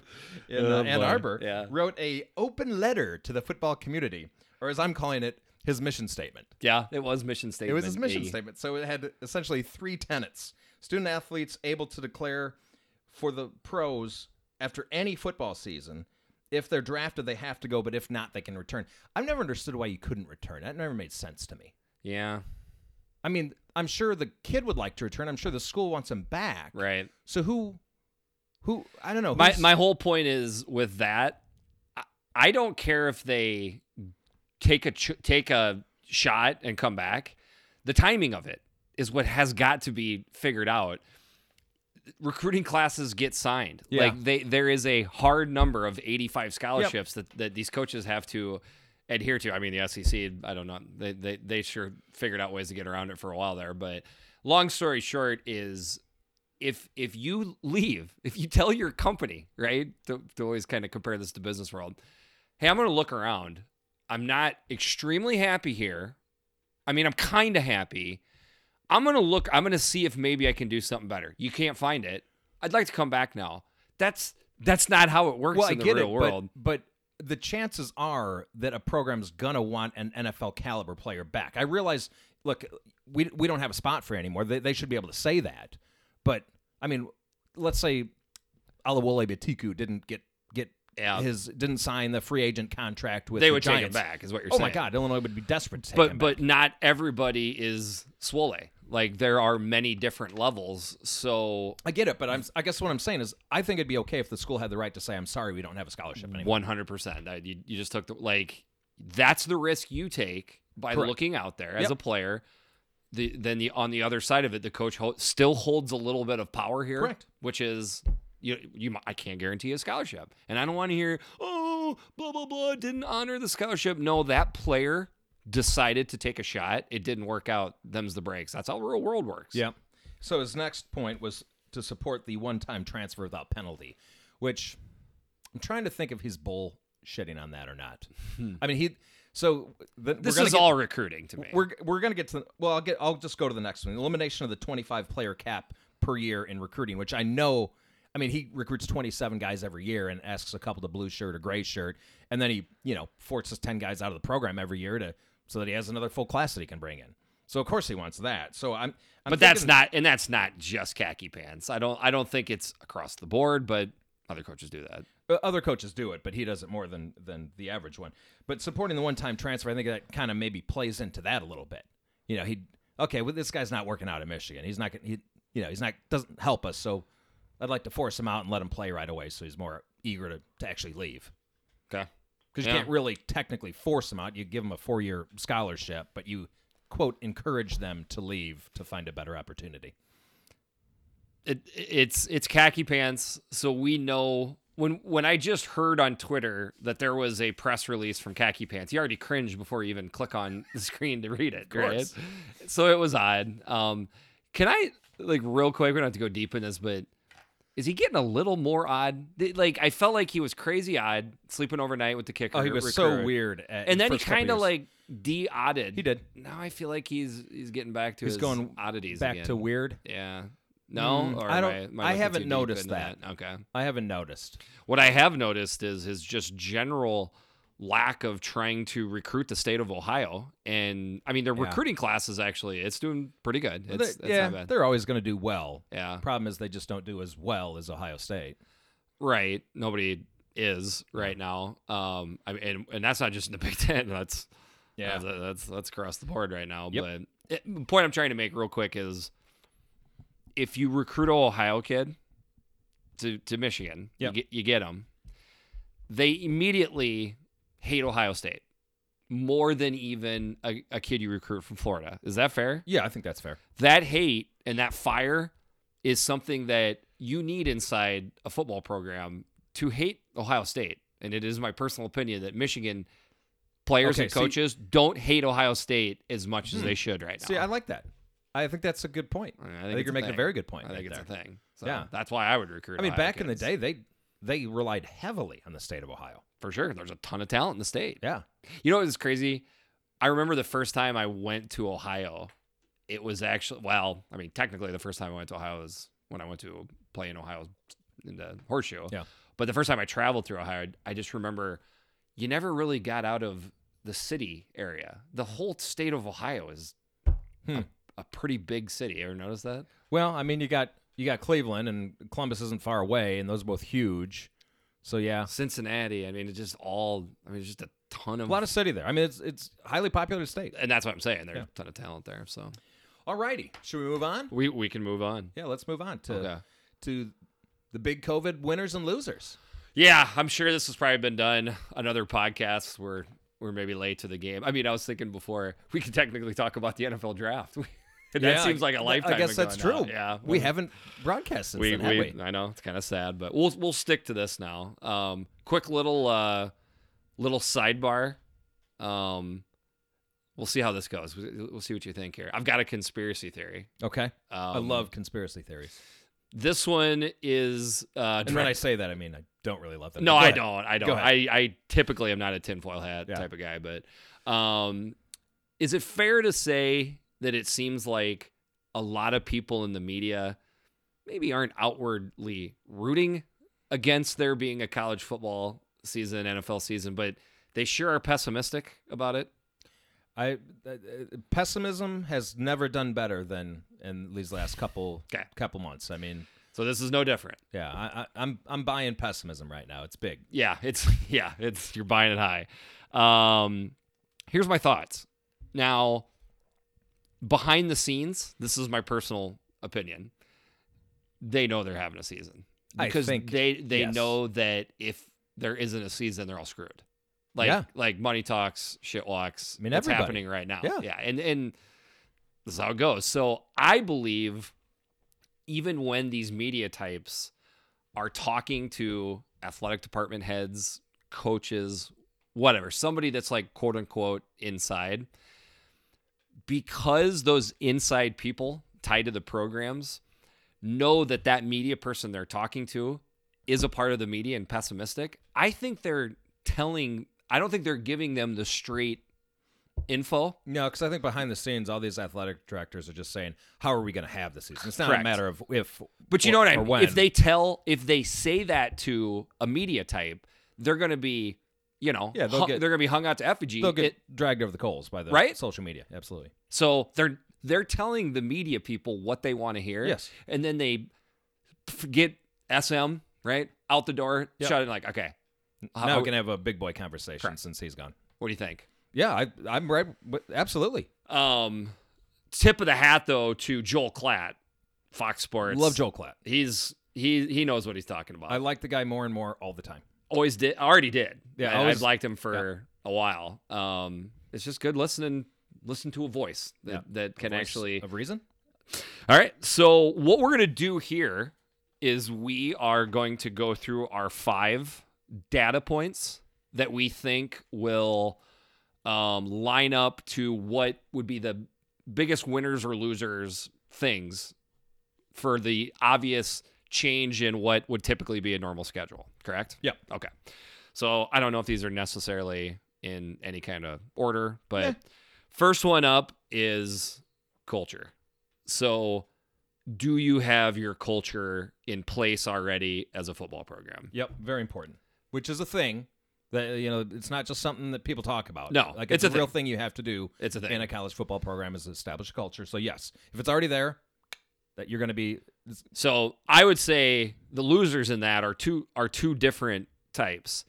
Speaker 2: in uh,
Speaker 1: Oh,
Speaker 2: Ann
Speaker 1: boy.
Speaker 2: Arbor,
Speaker 1: Yeah.
Speaker 2: wrote a open letter to the football community, or as I'm calling it, his mission statement.
Speaker 1: Yeah, it was mission statement.
Speaker 2: It was his mission
Speaker 1: A.
Speaker 2: statement. So it had essentially three tenets: student athletes able to declare for the pros after any football season. If they're drafted, they have to go, but if not, they can return. I've never understood why you couldn't return. That never made sense to me.
Speaker 1: Yeah,
Speaker 2: I mean, I'm sure the kid would like to return. I'm sure the school wants him back.
Speaker 1: right.
Speaker 2: So who, who? I don't know.
Speaker 1: My
Speaker 2: who's-
Speaker 1: my whole point is with that, I, I don't care if they take a ch- take a shot and come back. The timing of it is what has got to be figured out. Recruiting classes get signed.
Speaker 2: Yeah.
Speaker 1: Like they there is a hard number of 85 scholarships that, that these coaches have to adhere to. I mean, the SEC, I don't know. They, they they sure figured out ways to get around it for a while there, but long story short is if if you leave, if you tell your company, right, to, to always kind of compare this to business world, hey, I'm going to look around. I'm not extremely happy here. I mean, I'm kind of happy. I'm going to look, I'm going to see if maybe I can do something better. You can't find it. I'd like to come back now. That's that's not how it works
Speaker 2: well, I
Speaker 1: in the
Speaker 2: get
Speaker 1: real
Speaker 2: it,
Speaker 1: world.
Speaker 2: But, but the chances are that a program's gonna want an NFL caliber player back. I realize. Look, we we don't have a spot for it anymore. They, they should be able to say that. But I mean, let's say Alawole Batiku didn't get get
Speaker 1: Yeah.
Speaker 2: his didn't sign the free agent contract with
Speaker 1: They
Speaker 2: the
Speaker 1: would take it
Speaker 2: Giants.
Speaker 1: back is what you're
Speaker 2: Oh
Speaker 1: saying.
Speaker 2: my God, Illinois would be desperate to take him
Speaker 1: but
Speaker 2: back.
Speaker 1: but not everybody is swole. Like there are many different levels. So
Speaker 2: I get it, but I'm. I guess what I'm saying is, I think it'd be okay if the school had the right to say, "I'm sorry, we don't have a scholarship anymore."
Speaker 1: One hundred percent. You you just took the like that's the risk you take by
Speaker 2: Correct.
Speaker 1: looking out there as
Speaker 2: Yep.
Speaker 1: a player. The then the on the other side of it, the coach ho- still holds a little bit of power here,
Speaker 2: Correct.
Speaker 1: which is you you mi- I can't guarantee a scholarship, and I don't want to hear oh blah blah blah didn't honor the scholarship. No, that player decided to take a shot. It didn't work out. Them's the breaks. That's how real world works.
Speaker 2: Yep. So his next point was to support the one-time transfer without penalty, which I'm trying to think if he's bullshitting on that or not. I mean, he. So the,
Speaker 1: Hmm. This
Speaker 2: we're gonna
Speaker 1: is
Speaker 2: get-
Speaker 1: all recruiting to me.
Speaker 2: We're we're gonna get to. The, well, I'll get. I'll just go to the next one. The elimination of the 25 player cap per year in recruiting, which I know. I mean, he recruits 27 guys every year and asks a couple to blue shirt or gray shirt, and then he you know forces 10 guys out of the program every year to so that he has another full class that he can bring in. So of course he wants that. So I'm. I'm
Speaker 1: but that's
Speaker 2: thinking-
Speaker 1: not and that's not just khaki pants i don't i don't think it's across the board but other coaches do that
Speaker 2: Uh, other coaches do it, but he does it more than than the average one. But supporting the one-time transfer, I think that kind of maybe plays into that a little bit. You know, he okay, well, this guy's not working out at Michigan. He's not gonna- he, you know, he's not doesn't help us. So I'd like to force him out and let him play right away, so he's more eager to, to actually leave
Speaker 1: okay
Speaker 2: because you
Speaker 1: Yeah.
Speaker 2: can't really technically force him out. You give him a four-year scholarship, but you quote encourage them to leave to find a better opportunity.
Speaker 1: it, it's it's khaki pants so we know when when i just heard on twitter that there was a press release from khaki pants you already cringed before you even click on the screen to read it right
Speaker 2: course.
Speaker 1: so it was odd um can i like real quick we don't have to go deep in this but Is he getting a little more odd? Th- Like I felt like he was crazy odd sleeping overnight with the kicker.
Speaker 2: Oh, he was so
Speaker 1: recurring.
Speaker 2: weird. At,
Speaker 1: And then he
Speaker 2: first couple
Speaker 1: kind of
Speaker 2: years.
Speaker 1: like de-odded.
Speaker 2: He did.
Speaker 1: Now I feel like he's he's getting back to
Speaker 2: He's
Speaker 1: his
Speaker 2: going
Speaker 1: oddities
Speaker 2: back
Speaker 1: again.
Speaker 2: to weird.
Speaker 1: Yeah. No,
Speaker 2: Mm,
Speaker 1: or
Speaker 2: I
Speaker 1: am
Speaker 2: don't-
Speaker 1: am
Speaker 2: I
Speaker 1: looking
Speaker 2: haven't
Speaker 1: too deep
Speaker 2: noticed
Speaker 1: into that. Okay.
Speaker 2: I haven't noticed.
Speaker 1: What I have noticed is his just general lack of trying to recruit the state of Ohio. And I mean, their
Speaker 2: Yeah.
Speaker 1: recruiting class is actually, it's doing pretty good.
Speaker 2: Well,
Speaker 1: It's,
Speaker 2: they're-
Speaker 1: it's
Speaker 2: yeah,
Speaker 1: not bad.
Speaker 2: they're always going to do well.
Speaker 1: Yeah.
Speaker 2: Problem is, they just don't do as well as Ohio State.
Speaker 1: Right. Nobody is right now. Um, I mean, and, and that's not just in the Big Ten. That's,
Speaker 2: Yeah.
Speaker 1: that's, that's, that's across the board right now.
Speaker 2: Yep.
Speaker 1: But it, the point I'm trying to make real quick is if you recruit an Ohio kid to, to Michigan,
Speaker 2: Yep.
Speaker 1: you, get, you get them. They immediately hate Ohio State more than even a, a kid you recruit from Florida. Is that fair?
Speaker 2: Yeah, I think that's fair.
Speaker 1: that hate and that fire is something that you need inside a football program to hate Ohio State. And it is my personal opinion that Michigan players
Speaker 2: Okay,
Speaker 1: and
Speaker 2: see- Hmm.
Speaker 1: coaches don't hate Ohio State as much as they should right now.
Speaker 2: See, I like that. I think that's a good point.
Speaker 1: I think
Speaker 2: I think,
Speaker 1: it's
Speaker 2: you're
Speaker 1: a
Speaker 2: making
Speaker 1: thing.
Speaker 2: a very good point.
Speaker 1: I think
Speaker 2: right
Speaker 1: it's
Speaker 2: there.
Speaker 1: a thing. So
Speaker 2: Yeah.
Speaker 1: that's why I would recruit.
Speaker 2: I mean,
Speaker 1: Ohio
Speaker 2: back in the
Speaker 1: kids.
Speaker 2: day, they they relied heavily on the state of Ohio.
Speaker 1: for sure, there's a ton of talent in the state.
Speaker 2: Yeah,
Speaker 1: You know what is crazy? I remember the first time I went to Ohio. It was actually well, I mean, technically the first time I went to Ohio was when I went to play in Ohio in the horseshoe.
Speaker 2: Yeah.
Speaker 1: But the first time I traveled through Ohio, I just remember you never really got out of the city area. The whole state of Ohio is
Speaker 2: Hmm.
Speaker 1: a, a pretty big city. You ever notice that?
Speaker 2: Well, I mean, you got you got Cleveland and Columbus isn't far away, and those are both huge. So yeah,
Speaker 1: Cincinnati. I mean, it's just all I mean, it's just a ton
Speaker 2: a
Speaker 1: of,
Speaker 2: lot of city there. I mean, it's it's highly populated state.
Speaker 1: and that's what I'm saying. There's
Speaker 2: Yeah.
Speaker 1: a ton of talent there. So
Speaker 2: Alrighty, should we move on?
Speaker 1: we we can move on.
Speaker 2: Yeah, let's move on to
Speaker 1: Okay.
Speaker 2: to the big COVID winners and losers.
Speaker 1: Yeah, I'm sure this has probably been done on other podcasts where we're maybe late to the game. I mean, I was thinking before we could technically talk about the NFL draft. that
Speaker 2: Yeah,
Speaker 1: seems like a lifetime.
Speaker 2: I guess
Speaker 1: ago
Speaker 2: that's
Speaker 1: now.
Speaker 2: true.
Speaker 1: Yeah,
Speaker 2: we haven't broadcast since
Speaker 1: We,
Speaker 2: then, have we?
Speaker 1: we, I know it's kind of sad, but we'll we'll stick to this now. Um, quick little uh, little sidebar. Um, we'll see how this goes. We'll we'll see what you think here. I've got a conspiracy theory.
Speaker 2: Okay,
Speaker 1: Um,
Speaker 2: I love conspiracy theories,
Speaker 1: this one. Is uh,
Speaker 2: and when I say that, I mean I don't really love them.
Speaker 1: No,
Speaker 2: Go
Speaker 1: I
Speaker 2: ahead.
Speaker 1: don't. I don't.
Speaker 2: Go
Speaker 1: I,
Speaker 2: ahead.
Speaker 1: I typically am not a tinfoil hat
Speaker 2: Yeah.
Speaker 1: type of guy, but um, is it fair to say that it seems like a lot of people in the media maybe aren't outwardly rooting against there being a college football season, NFL season, but they sure are pessimistic about it?
Speaker 2: I uh, uh, pessimism has never done better than in these last couple
Speaker 1: Okay.
Speaker 2: couple months. I mean,
Speaker 1: So this is no different.
Speaker 2: yeah, I, I, I'm I'm buying pessimism right now. It's big.
Speaker 1: yeah, it's yeah, it's you're buying it high. Um, here's my thoughts. Now, behind the scenes, this is my personal opinion. They know they're having a season
Speaker 2: I
Speaker 1: because
Speaker 2: think-
Speaker 1: they they
Speaker 2: yes.
Speaker 1: know that if there isn't a season, they're all screwed. Like
Speaker 2: Yeah.
Speaker 1: like money talks, shit walks.
Speaker 2: I mean,
Speaker 1: it's
Speaker 2: everybody.
Speaker 1: happening right now.
Speaker 2: Yeah.
Speaker 1: yeah, and and this is how it goes. So I believe even when these media types are talking to athletic department heads, coaches, whatever, somebody that's like quote unquote inside, because those inside people tied to the programs know that that media person they're talking to is a part of the media and pessimistic, I think they're telling, I don't think they're giving them the straight info.
Speaker 2: No, because I think behind the scenes, all these athletic directors are just saying, "How are we going to have the season?" It's not
Speaker 1: Correct.
Speaker 2: a matter of if,
Speaker 1: But you
Speaker 2: or-
Speaker 1: know what
Speaker 2: or
Speaker 1: I mean?
Speaker 2: when.
Speaker 1: If they tell, if they say that to a media type, they're going to be, you know,
Speaker 2: Yeah, they'll
Speaker 1: hung-
Speaker 2: get-
Speaker 1: they're going to be hung out to effigy.
Speaker 2: they'll get
Speaker 1: It-
Speaker 2: dragged over the coals by the
Speaker 1: Right?
Speaker 2: social media, absolutely.
Speaker 1: so they're they're telling the media people what they want to hear.
Speaker 2: Yes.
Speaker 1: and then they f- get SM right out the door,
Speaker 2: Yep.
Speaker 1: shut it like, okay, how-
Speaker 2: now
Speaker 1: how-
Speaker 2: we can have a big boy conversation since he's gone.
Speaker 1: what do you think?
Speaker 2: Yeah, I, I'm right. but Absolutely,
Speaker 1: Um, tip of the hat though to Joel Klatt, Fox Sports.
Speaker 2: love Joel Klatt.
Speaker 1: He's he he knows what he's talking about.
Speaker 2: I like the guy more and more all the time.
Speaker 1: always did already did
Speaker 2: Yeah,
Speaker 1: I,
Speaker 2: I
Speaker 1: have
Speaker 2: always-
Speaker 1: liked him for a while um it's just good listening listen to a voice that,
Speaker 2: Yeah.
Speaker 1: that can
Speaker 2: Voice
Speaker 1: actually
Speaker 2: of reason.
Speaker 1: all right so what we're gonna do here is we are going to go through our five data points that we think will um, line up to what would be the biggest winners or losers things for the obvious change in what would typically be a normal schedule, correct?
Speaker 2: Yep.
Speaker 1: Okay. So I don't know if these are necessarily in any kind of order, but first one up is culture. So do you have your culture in place already as a football program?
Speaker 2: Yep, very important. Which is a thing that you know it's not just something that people talk about.
Speaker 1: No,
Speaker 2: like
Speaker 1: it's
Speaker 2: it's,
Speaker 1: a
Speaker 2: a, real thing you have to do
Speaker 1: It's a thing.
Speaker 2: in a college football program is establish culture. So yes, if it's already there, that you're going to be
Speaker 1: So I would say the losers in that are two are two different types.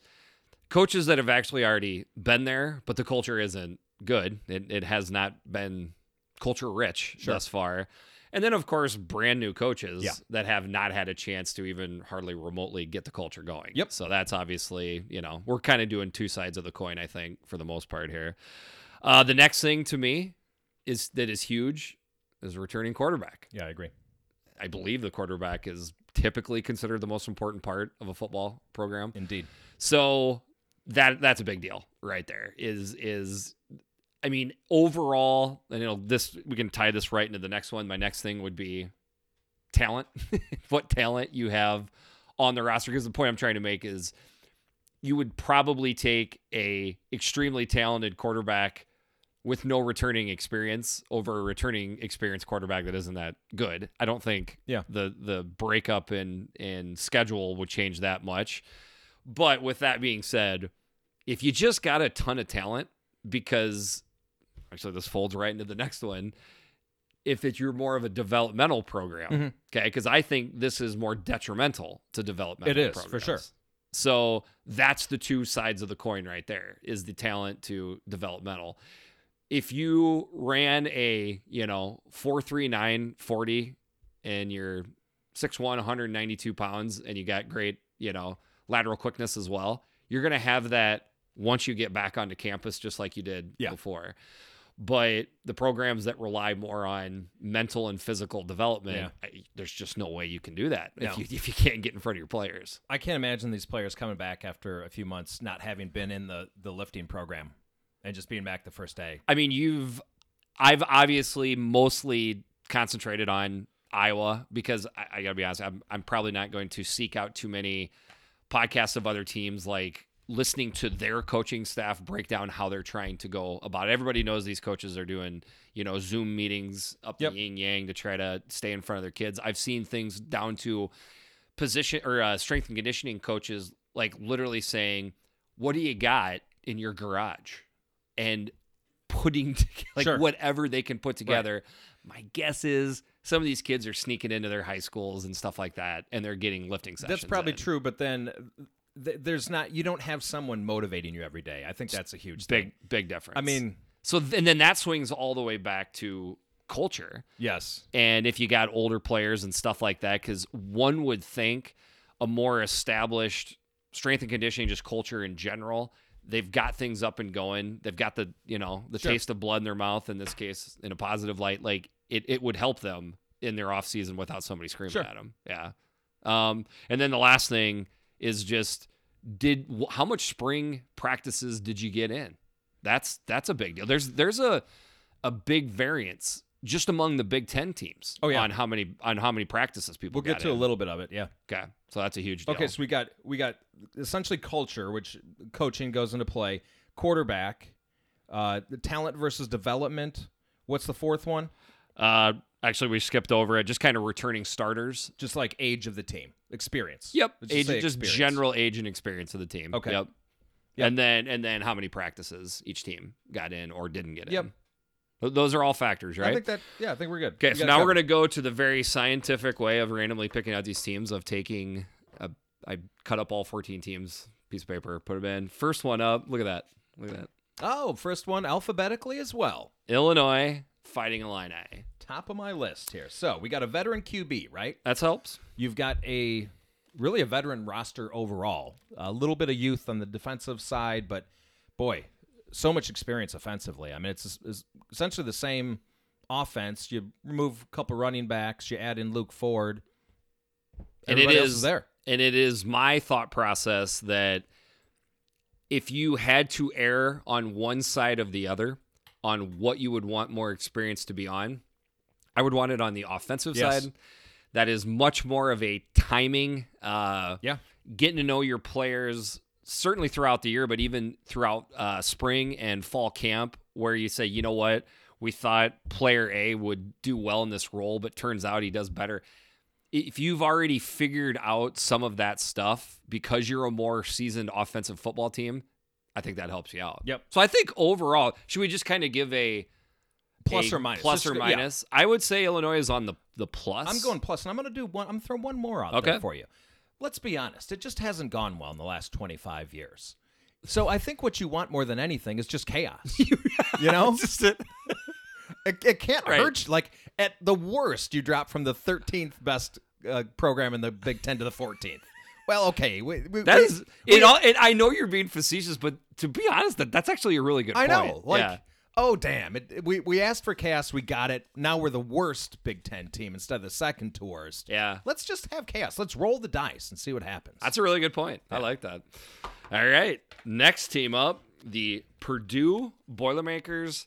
Speaker 1: Coaches that have actually already been there, but the culture isn't good. It, it has not been culture rich
Speaker 2: Sure.
Speaker 1: thus far. And then of course brand new coaches
Speaker 2: Yeah.
Speaker 1: that have not had a chance to even hardly remotely get the culture going.
Speaker 2: Yep.
Speaker 1: So that's obviously, you know, we're kind of doing two sides of the coin, I think, for the most part here. Uh, the next thing to me is that is huge is a returning quarterback.
Speaker 2: Yeah, I agree.
Speaker 1: I believe the quarterback is typically considered the most important part of a football program.
Speaker 2: Indeed.
Speaker 1: So that that's a big deal right there. Is is I mean overall, and you know this we can tie this right into the next one. My next thing would be talent. what talent you have on the roster because the point I'm trying to make is you would probably take a extremely talented quarterback with no returning experience over a returning experienced quarterback that isn't that good. I don't think
Speaker 2: Yeah.
Speaker 1: the the breakup in in schedule would change that much. But with that being said, if you just got a ton of talent, because actually this folds right into the next one, if it's you're more of a developmental program,
Speaker 2: Mhm.
Speaker 1: okay, because I think this is more detrimental to developmental.
Speaker 2: It is, for sure.
Speaker 1: programs. So that's the two sides of the coin right there is the talent to developmental. If you ran a, you know, 43940 and you're 6'1, 192 pounds, and you got great, you know, lateral quickness as well, you're going to have that once you get back onto campus, just like you did
Speaker 2: Yeah.
Speaker 1: before. But the programs that rely more on mental and physical development, I, there's just no way you can do that
Speaker 2: No.
Speaker 1: if, you, if you can't get in front of your players.
Speaker 2: I can't imagine these players coming back after a few months not having been in the the lifting program and just being back the first day.
Speaker 1: I mean, you've, I've obviously mostly concentrated on Iowa because I, I gotta be honest, I'm, I'm probably not going to seek out too many podcasts of other teams, like listening to their coaching staff break down how they're trying to go about it. Everybody knows these coaches are doing, you know, Zoom meetings up
Speaker 2: Yep.
Speaker 1: the yin yang to try to stay in front of their kids. I've seen things down to position or uh, strength and conditioning coaches, like literally saying, "What do you got in your garage?" and putting together, like
Speaker 2: Sure.
Speaker 1: whatever they can put together. My guess is some of these kids are sneaking into their high schools and stuff like that, and they're getting lifting sessions.
Speaker 2: That's probably
Speaker 1: in.
Speaker 2: true, but then uh, th- there's not you don't have someone motivating you every day. I think that's a huge
Speaker 1: Big,
Speaker 2: thing.
Speaker 1: big difference.
Speaker 2: I mean,
Speaker 1: So th- and then that swings all the way back to culture.
Speaker 2: yes.
Speaker 1: And if you got older players and stuff like that cuz one would think a more established strength and conditioning just culture in general, they've got things up and going. They've got the, you know, the
Speaker 2: Sure.
Speaker 1: taste of blood in their mouth in this case in a positive light like it it would help them in their off season without somebody screaming
Speaker 2: Sure.
Speaker 1: at them. Yeah. Um and then the last thing is just did wh- how much spring practices did you get in? That's that's a big deal. There's there's a a big variance just among the Big Ten teams.
Speaker 2: Oh, yeah.
Speaker 1: on how many on how many practices people
Speaker 2: We'll get
Speaker 1: got
Speaker 2: to a
Speaker 1: in.
Speaker 2: little bit of it, yeah.
Speaker 1: Okay, so that's a huge deal.
Speaker 2: Okay, so we got we got essentially culture, which coaching goes into play. Quarterback, uh, the talent versus development. What's the fourth one?
Speaker 1: uh, actually, we skipped over it. Just kind of returning starters.
Speaker 2: Just like age of the team, experience.
Speaker 1: Yep,
Speaker 2: Let's
Speaker 1: age,
Speaker 2: say
Speaker 1: just
Speaker 2: experience.
Speaker 1: general age and experience of the team.
Speaker 2: Okay.
Speaker 1: Yep.
Speaker 2: Yep.
Speaker 1: And then and then how many practices each team got in or didn't get in.
Speaker 2: Yep.
Speaker 1: Th- Those are all factors, right?
Speaker 2: I think that yeah, I think we're good.
Speaker 1: Okay, so now we're gonna go to the very scientific way of randomly picking out these teams of taking. A, I cut up all 14 teams, piece of paper, put them in. First one up. Look at that. Look at that.
Speaker 2: Oh, first one alphabetically as well.
Speaker 1: Illinois fighting Illini.
Speaker 2: Top of my list here. So we got a veteran QB, right?
Speaker 1: That helps.
Speaker 2: You've got a really a veteran roster overall. A little bit of youth on the defensive side, but boy, so much experience offensively. I mean, it's, it's essentially the same offense. You remove a couple running backs, you add in Luke Ford,
Speaker 1: And it
Speaker 2: Everybody else
Speaker 1: is-
Speaker 2: there.
Speaker 1: And it is my thought process that if you had to err on one side of the other on what you would want more experience to be on, I would want it on the offensive
Speaker 2: Yes.
Speaker 1: side. that is much more of a timing, uh,
Speaker 2: Yeah.
Speaker 1: getting to know your players certainly throughout the year, but even throughout uh, spring and fall camp, where you say, you know what, we thought player A would do well in this role, but turns out he does better. If you've already figured out some of that stuff because you're a more seasoned offensive football team, I think that helps you out.
Speaker 2: Yep.
Speaker 1: So I think overall, should we just kind of give a
Speaker 2: Plus
Speaker 1: a
Speaker 2: or minus.
Speaker 1: Plus
Speaker 2: Just-
Speaker 1: or
Speaker 2: yeah.
Speaker 1: minus. I would say Illinois is on the the plus.
Speaker 2: I'm going plus, and I'm going to do one. I'm throwing one more out
Speaker 1: Okay.
Speaker 2: there for you. Let's be honest; it just hasn't gone well in the last 25 years. So I think what you want more than anything is just chaos. you know, it, it can't
Speaker 1: Right.
Speaker 2: hurt. you. Like at the worst, you drop from the 13th best uh, program in the Big Ten to the 14th. Well, okay, we, we,
Speaker 1: That
Speaker 2: we-
Speaker 1: is
Speaker 2: we-
Speaker 1: it. All and I know you're being facetious, but to be honest, that that's actually a really good.
Speaker 2: I
Speaker 1: point.
Speaker 2: know. Like,
Speaker 1: yeah.
Speaker 2: oh damn! It, it- we we asked for chaos, we got it. Now we're the worst Big Ten team instead of the second to worst.
Speaker 1: Yeah.
Speaker 2: Let's just have chaos. Let's roll the dice and see what happens.
Speaker 1: that's a really good point. I like that. All right, next team up, the Purdue Boilermakers.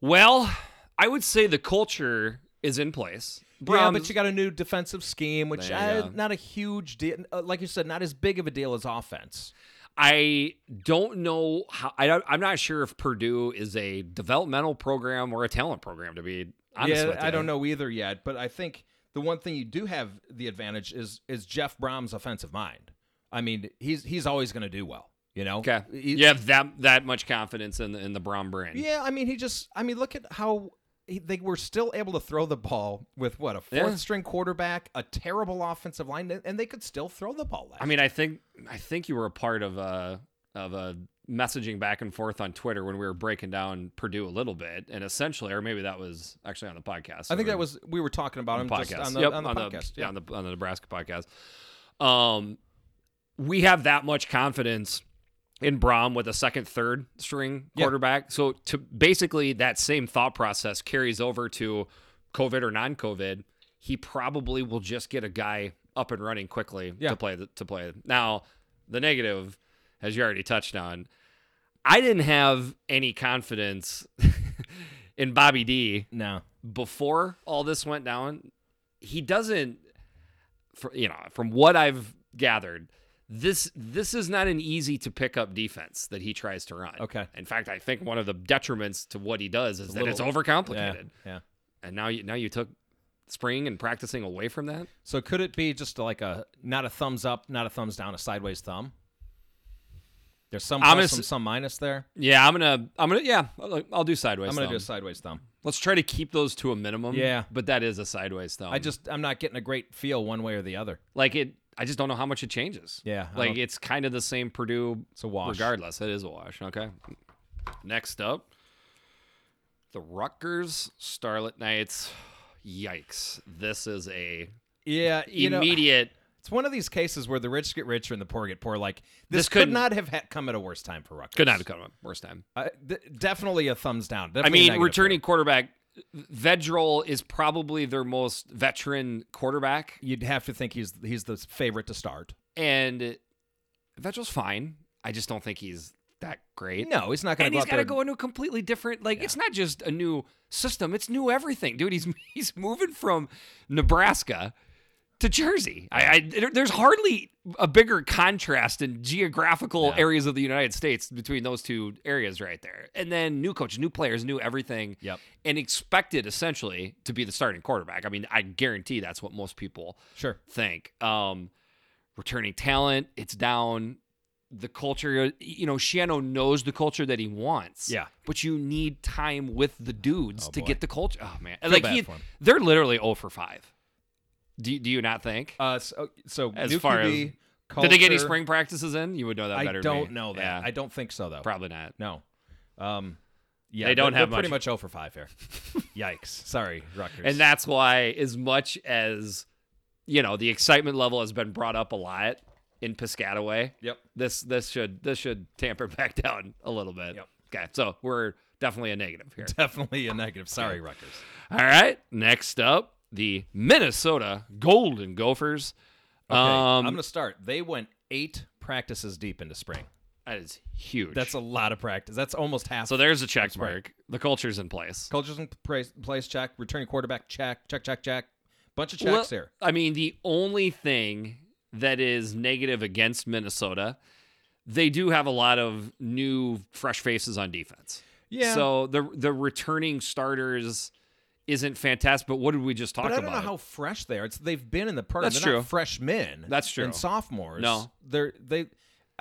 Speaker 1: Well, I would say the culture is in place. Um,
Speaker 2: yeah,
Speaker 1: Brahms-
Speaker 2: but you got a new defensive scheme, which
Speaker 1: There you go.
Speaker 2: uh, not a huge deal. Uh, like you said, not as big of a deal as offense.
Speaker 1: I don't know how I don't, I'm not sure if Purdue is a developmental program or a talent program. To be honest
Speaker 2: yeah,
Speaker 1: with you,
Speaker 2: I don't know either yet, but I think the one thing you do have the advantage is is Jeff Brom's offensive mind. I mean, he's he's always going to do well. You know.
Speaker 1: Okay,
Speaker 2: He-
Speaker 1: you have that that much confidence in the, in the Brom brand.
Speaker 2: Yeah, I mean, he just. I mean, look at how he, they were still able to throw the ball with what a fourth
Speaker 1: Yeah.
Speaker 2: string quarterback, a terrible offensive line, and- and they could still throw the ball. last
Speaker 1: I mean, I think I think you were a part of a of a messaging back and forth on Twitter when we were breaking down Purdue a little bit, and essentially, or maybe that was actually on the podcast.
Speaker 2: I think
Speaker 1: or-
Speaker 2: that was we were talking about him just on the,
Speaker 1: Yep,
Speaker 2: on the podcast.
Speaker 1: yeah, on the on the Nebraska podcast. Um, we have that much confidence in Brom with a second, third string
Speaker 2: Yeah.
Speaker 1: quarterback. So to basically that same thought process carries over to COVID or non-COVID. He probably will just get a guy up and running quickly
Speaker 2: Yeah.
Speaker 1: to play the, to play. Now the negative, as you already touched on, I didn't have any confidence in Bobby D
Speaker 2: no.
Speaker 1: before all this went down, he doesn't. For, you know, from what I've gathered, this this is not an easy to pick up defense that he tries to run.
Speaker 2: Okay.
Speaker 1: In fact, I think one of the detriments to what he does is that it's
Speaker 2: little-
Speaker 1: overcomplicated.
Speaker 2: yeah.
Speaker 1: And now you now you took spring and practicing away from that.
Speaker 2: So could it be just like a not a thumbs up, not a thumbs down, a sideways thumb? There's some
Speaker 1: I'm
Speaker 2: plus,
Speaker 1: ass-
Speaker 2: some, some minus there.
Speaker 1: Yeah, I'm gonna I'm gonna yeah I'll, I'll do sideways.
Speaker 2: I'm gonna
Speaker 1: thumb.
Speaker 2: do a sideways thumb.
Speaker 1: Let's try to keep those to a minimum.
Speaker 2: Yeah.
Speaker 1: But that is a sideways thumb.
Speaker 2: I just I'm not getting a great feel one way or the other.
Speaker 1: like it. I just don't know how much it changes.
Speaker 2: Yeah, I
Speaker 1: Like
Speaker 2: don't-
Speaker 1: it's kind of the same Purdue
Speaker 2: It's a wash.
Speaker 1: Regardless, it is a wash. Okay. Next up, the Rutgers Starlet Knights. Yikes! This is a
Speaker 2: Yeah, you know,
Speaker 1: immediate.
Speaker 2: it's one of these cases where the rich get richer and the poor get poor. Like this,
Speaker 1: This
Speaker 2: could
Speaker 1: couldn't-
Speaker 2: not have ha- come at a worse time for Rutgers.
Speaker 1: could not have come up worse time.
Speaker 2: Uh, th- definitely a thumbs down.
Speaker 1: I
Speaker 2: Definitely a
Speaker 1: mean,
Speaker 2: negative
Speaker 1: returning
Speaker 2: there.
Speaker 1: quarterback Vedril is probably their most veteran quarterback,
Speaker 2: You'd have to think he's he's the favorite to start.
Speaker 1: and Vedril's fine. I just don't think he's that great.
Speaker 2: No, he's not going
Speaker 1: And
Speaker 2: to go
Speaker 1: he's
Speaker 2: out
Speaker 1: got
Speaker 2: there.
Speaker 1: to go into a completely different. Like it's not just a new system; it's new everything, dude. He's he's moving from Nebraska to Jersey. I, I there- there's hardly a bigger contrast in geographical areas of the United States between those two areas right there. And then new coach, new players, new everything.
Speaker 2: Yep.
Speaker 1: And expected essentially to be the starting quarterback. I mean, I guarantee that's what most people
Speaker 2: sure.
Speaker 1: think. Um, returning talent, it's down. The culture, you know, Shiano knows the culture that he wants.
Speaker 2: Yeah.
Speaker 1: but you need time with the dudes
Speaker 2: Oh,
Speaker 1: to
Speaker 2: boy.
Speaker 1: get the culture. Oh man, like
Speaker 2: bad
Speaker 1: he,
Speaker 2: for him.
Speaker 1: they're literally zero for five. Do do you not think?
Speaker 2: Uh, so, so
Speaker 1: As
Speaker 2: new
Speaker 1: far
Speaker 2: QB,
Speaker 1: Did they get any
Speaker 2: culture-
Speaker 1: spring practices in? You would know that
Speaker 2: I
Speaker 1: better. than
Speaker 2: don't
Speaker 1: me.
Speaker 2: know that.
Speaker 1: Yeah,
Speaker 2: I don't think so though.
Speaker 1: probably not.
Speaker 2: No. Um, yeah,
Speaker 1: They don't
Speaker 2: they're-
Speaker 1: have
Speaker 2: they're pretty
Speaker 1: much-
Speaker 2: much 0 for five here. Yikes! Sorry, Rutgers.
Speaker 1: And that's why, as much as you know, the excitement level has been brought up a lot in Piscataway.
Speaker 2: Yep.
Speaker 1: This this should this should tamper back down a little bit.
Speaker 2: Yep.
Speaker 1: Okay, so we're definitely a negative here.
Speaker 2: definitely a negative. Sorry, Rutgers.
Speaker 1: All right. Next up, the Minnesota Golden Gophers.
Speaker 2: Okay,
Speaker 1: um,
Speaker 2: I'm gonna start. They went eight practices deep into spring.
Speaker 1: that is huge.
Speaker 2: That's a lot of practice. That's almost half.
Speaker 1: so there's a check mark. The culture's in place.
Speaker 2: Cultures in place, place check. Returning quarterback check. Check check check. Bunch of checks
Speaker 1: Well,
Speaker 2: here.
Speaker 1: I mean, the only thing that is negative against Minnesota, they do have a lot of new, fresh faces on defense.
Speaker 2: Yeah.
Speaker 1: So the the returning starters isn't fantastic. But what did we just talk
Speaker 2: But I
Speaker 1: about?
Speaker 2: don't know how fresh they are. It's, they've been in the program.
Speaker 1: That's
Speaker 2: They're
Speaker 1: true.
Speaker 2: not freshmen.
Speaker 1: That's true.
Speaker 2: And sophomores.
Speaker 1: No.
Speaker 2: They're they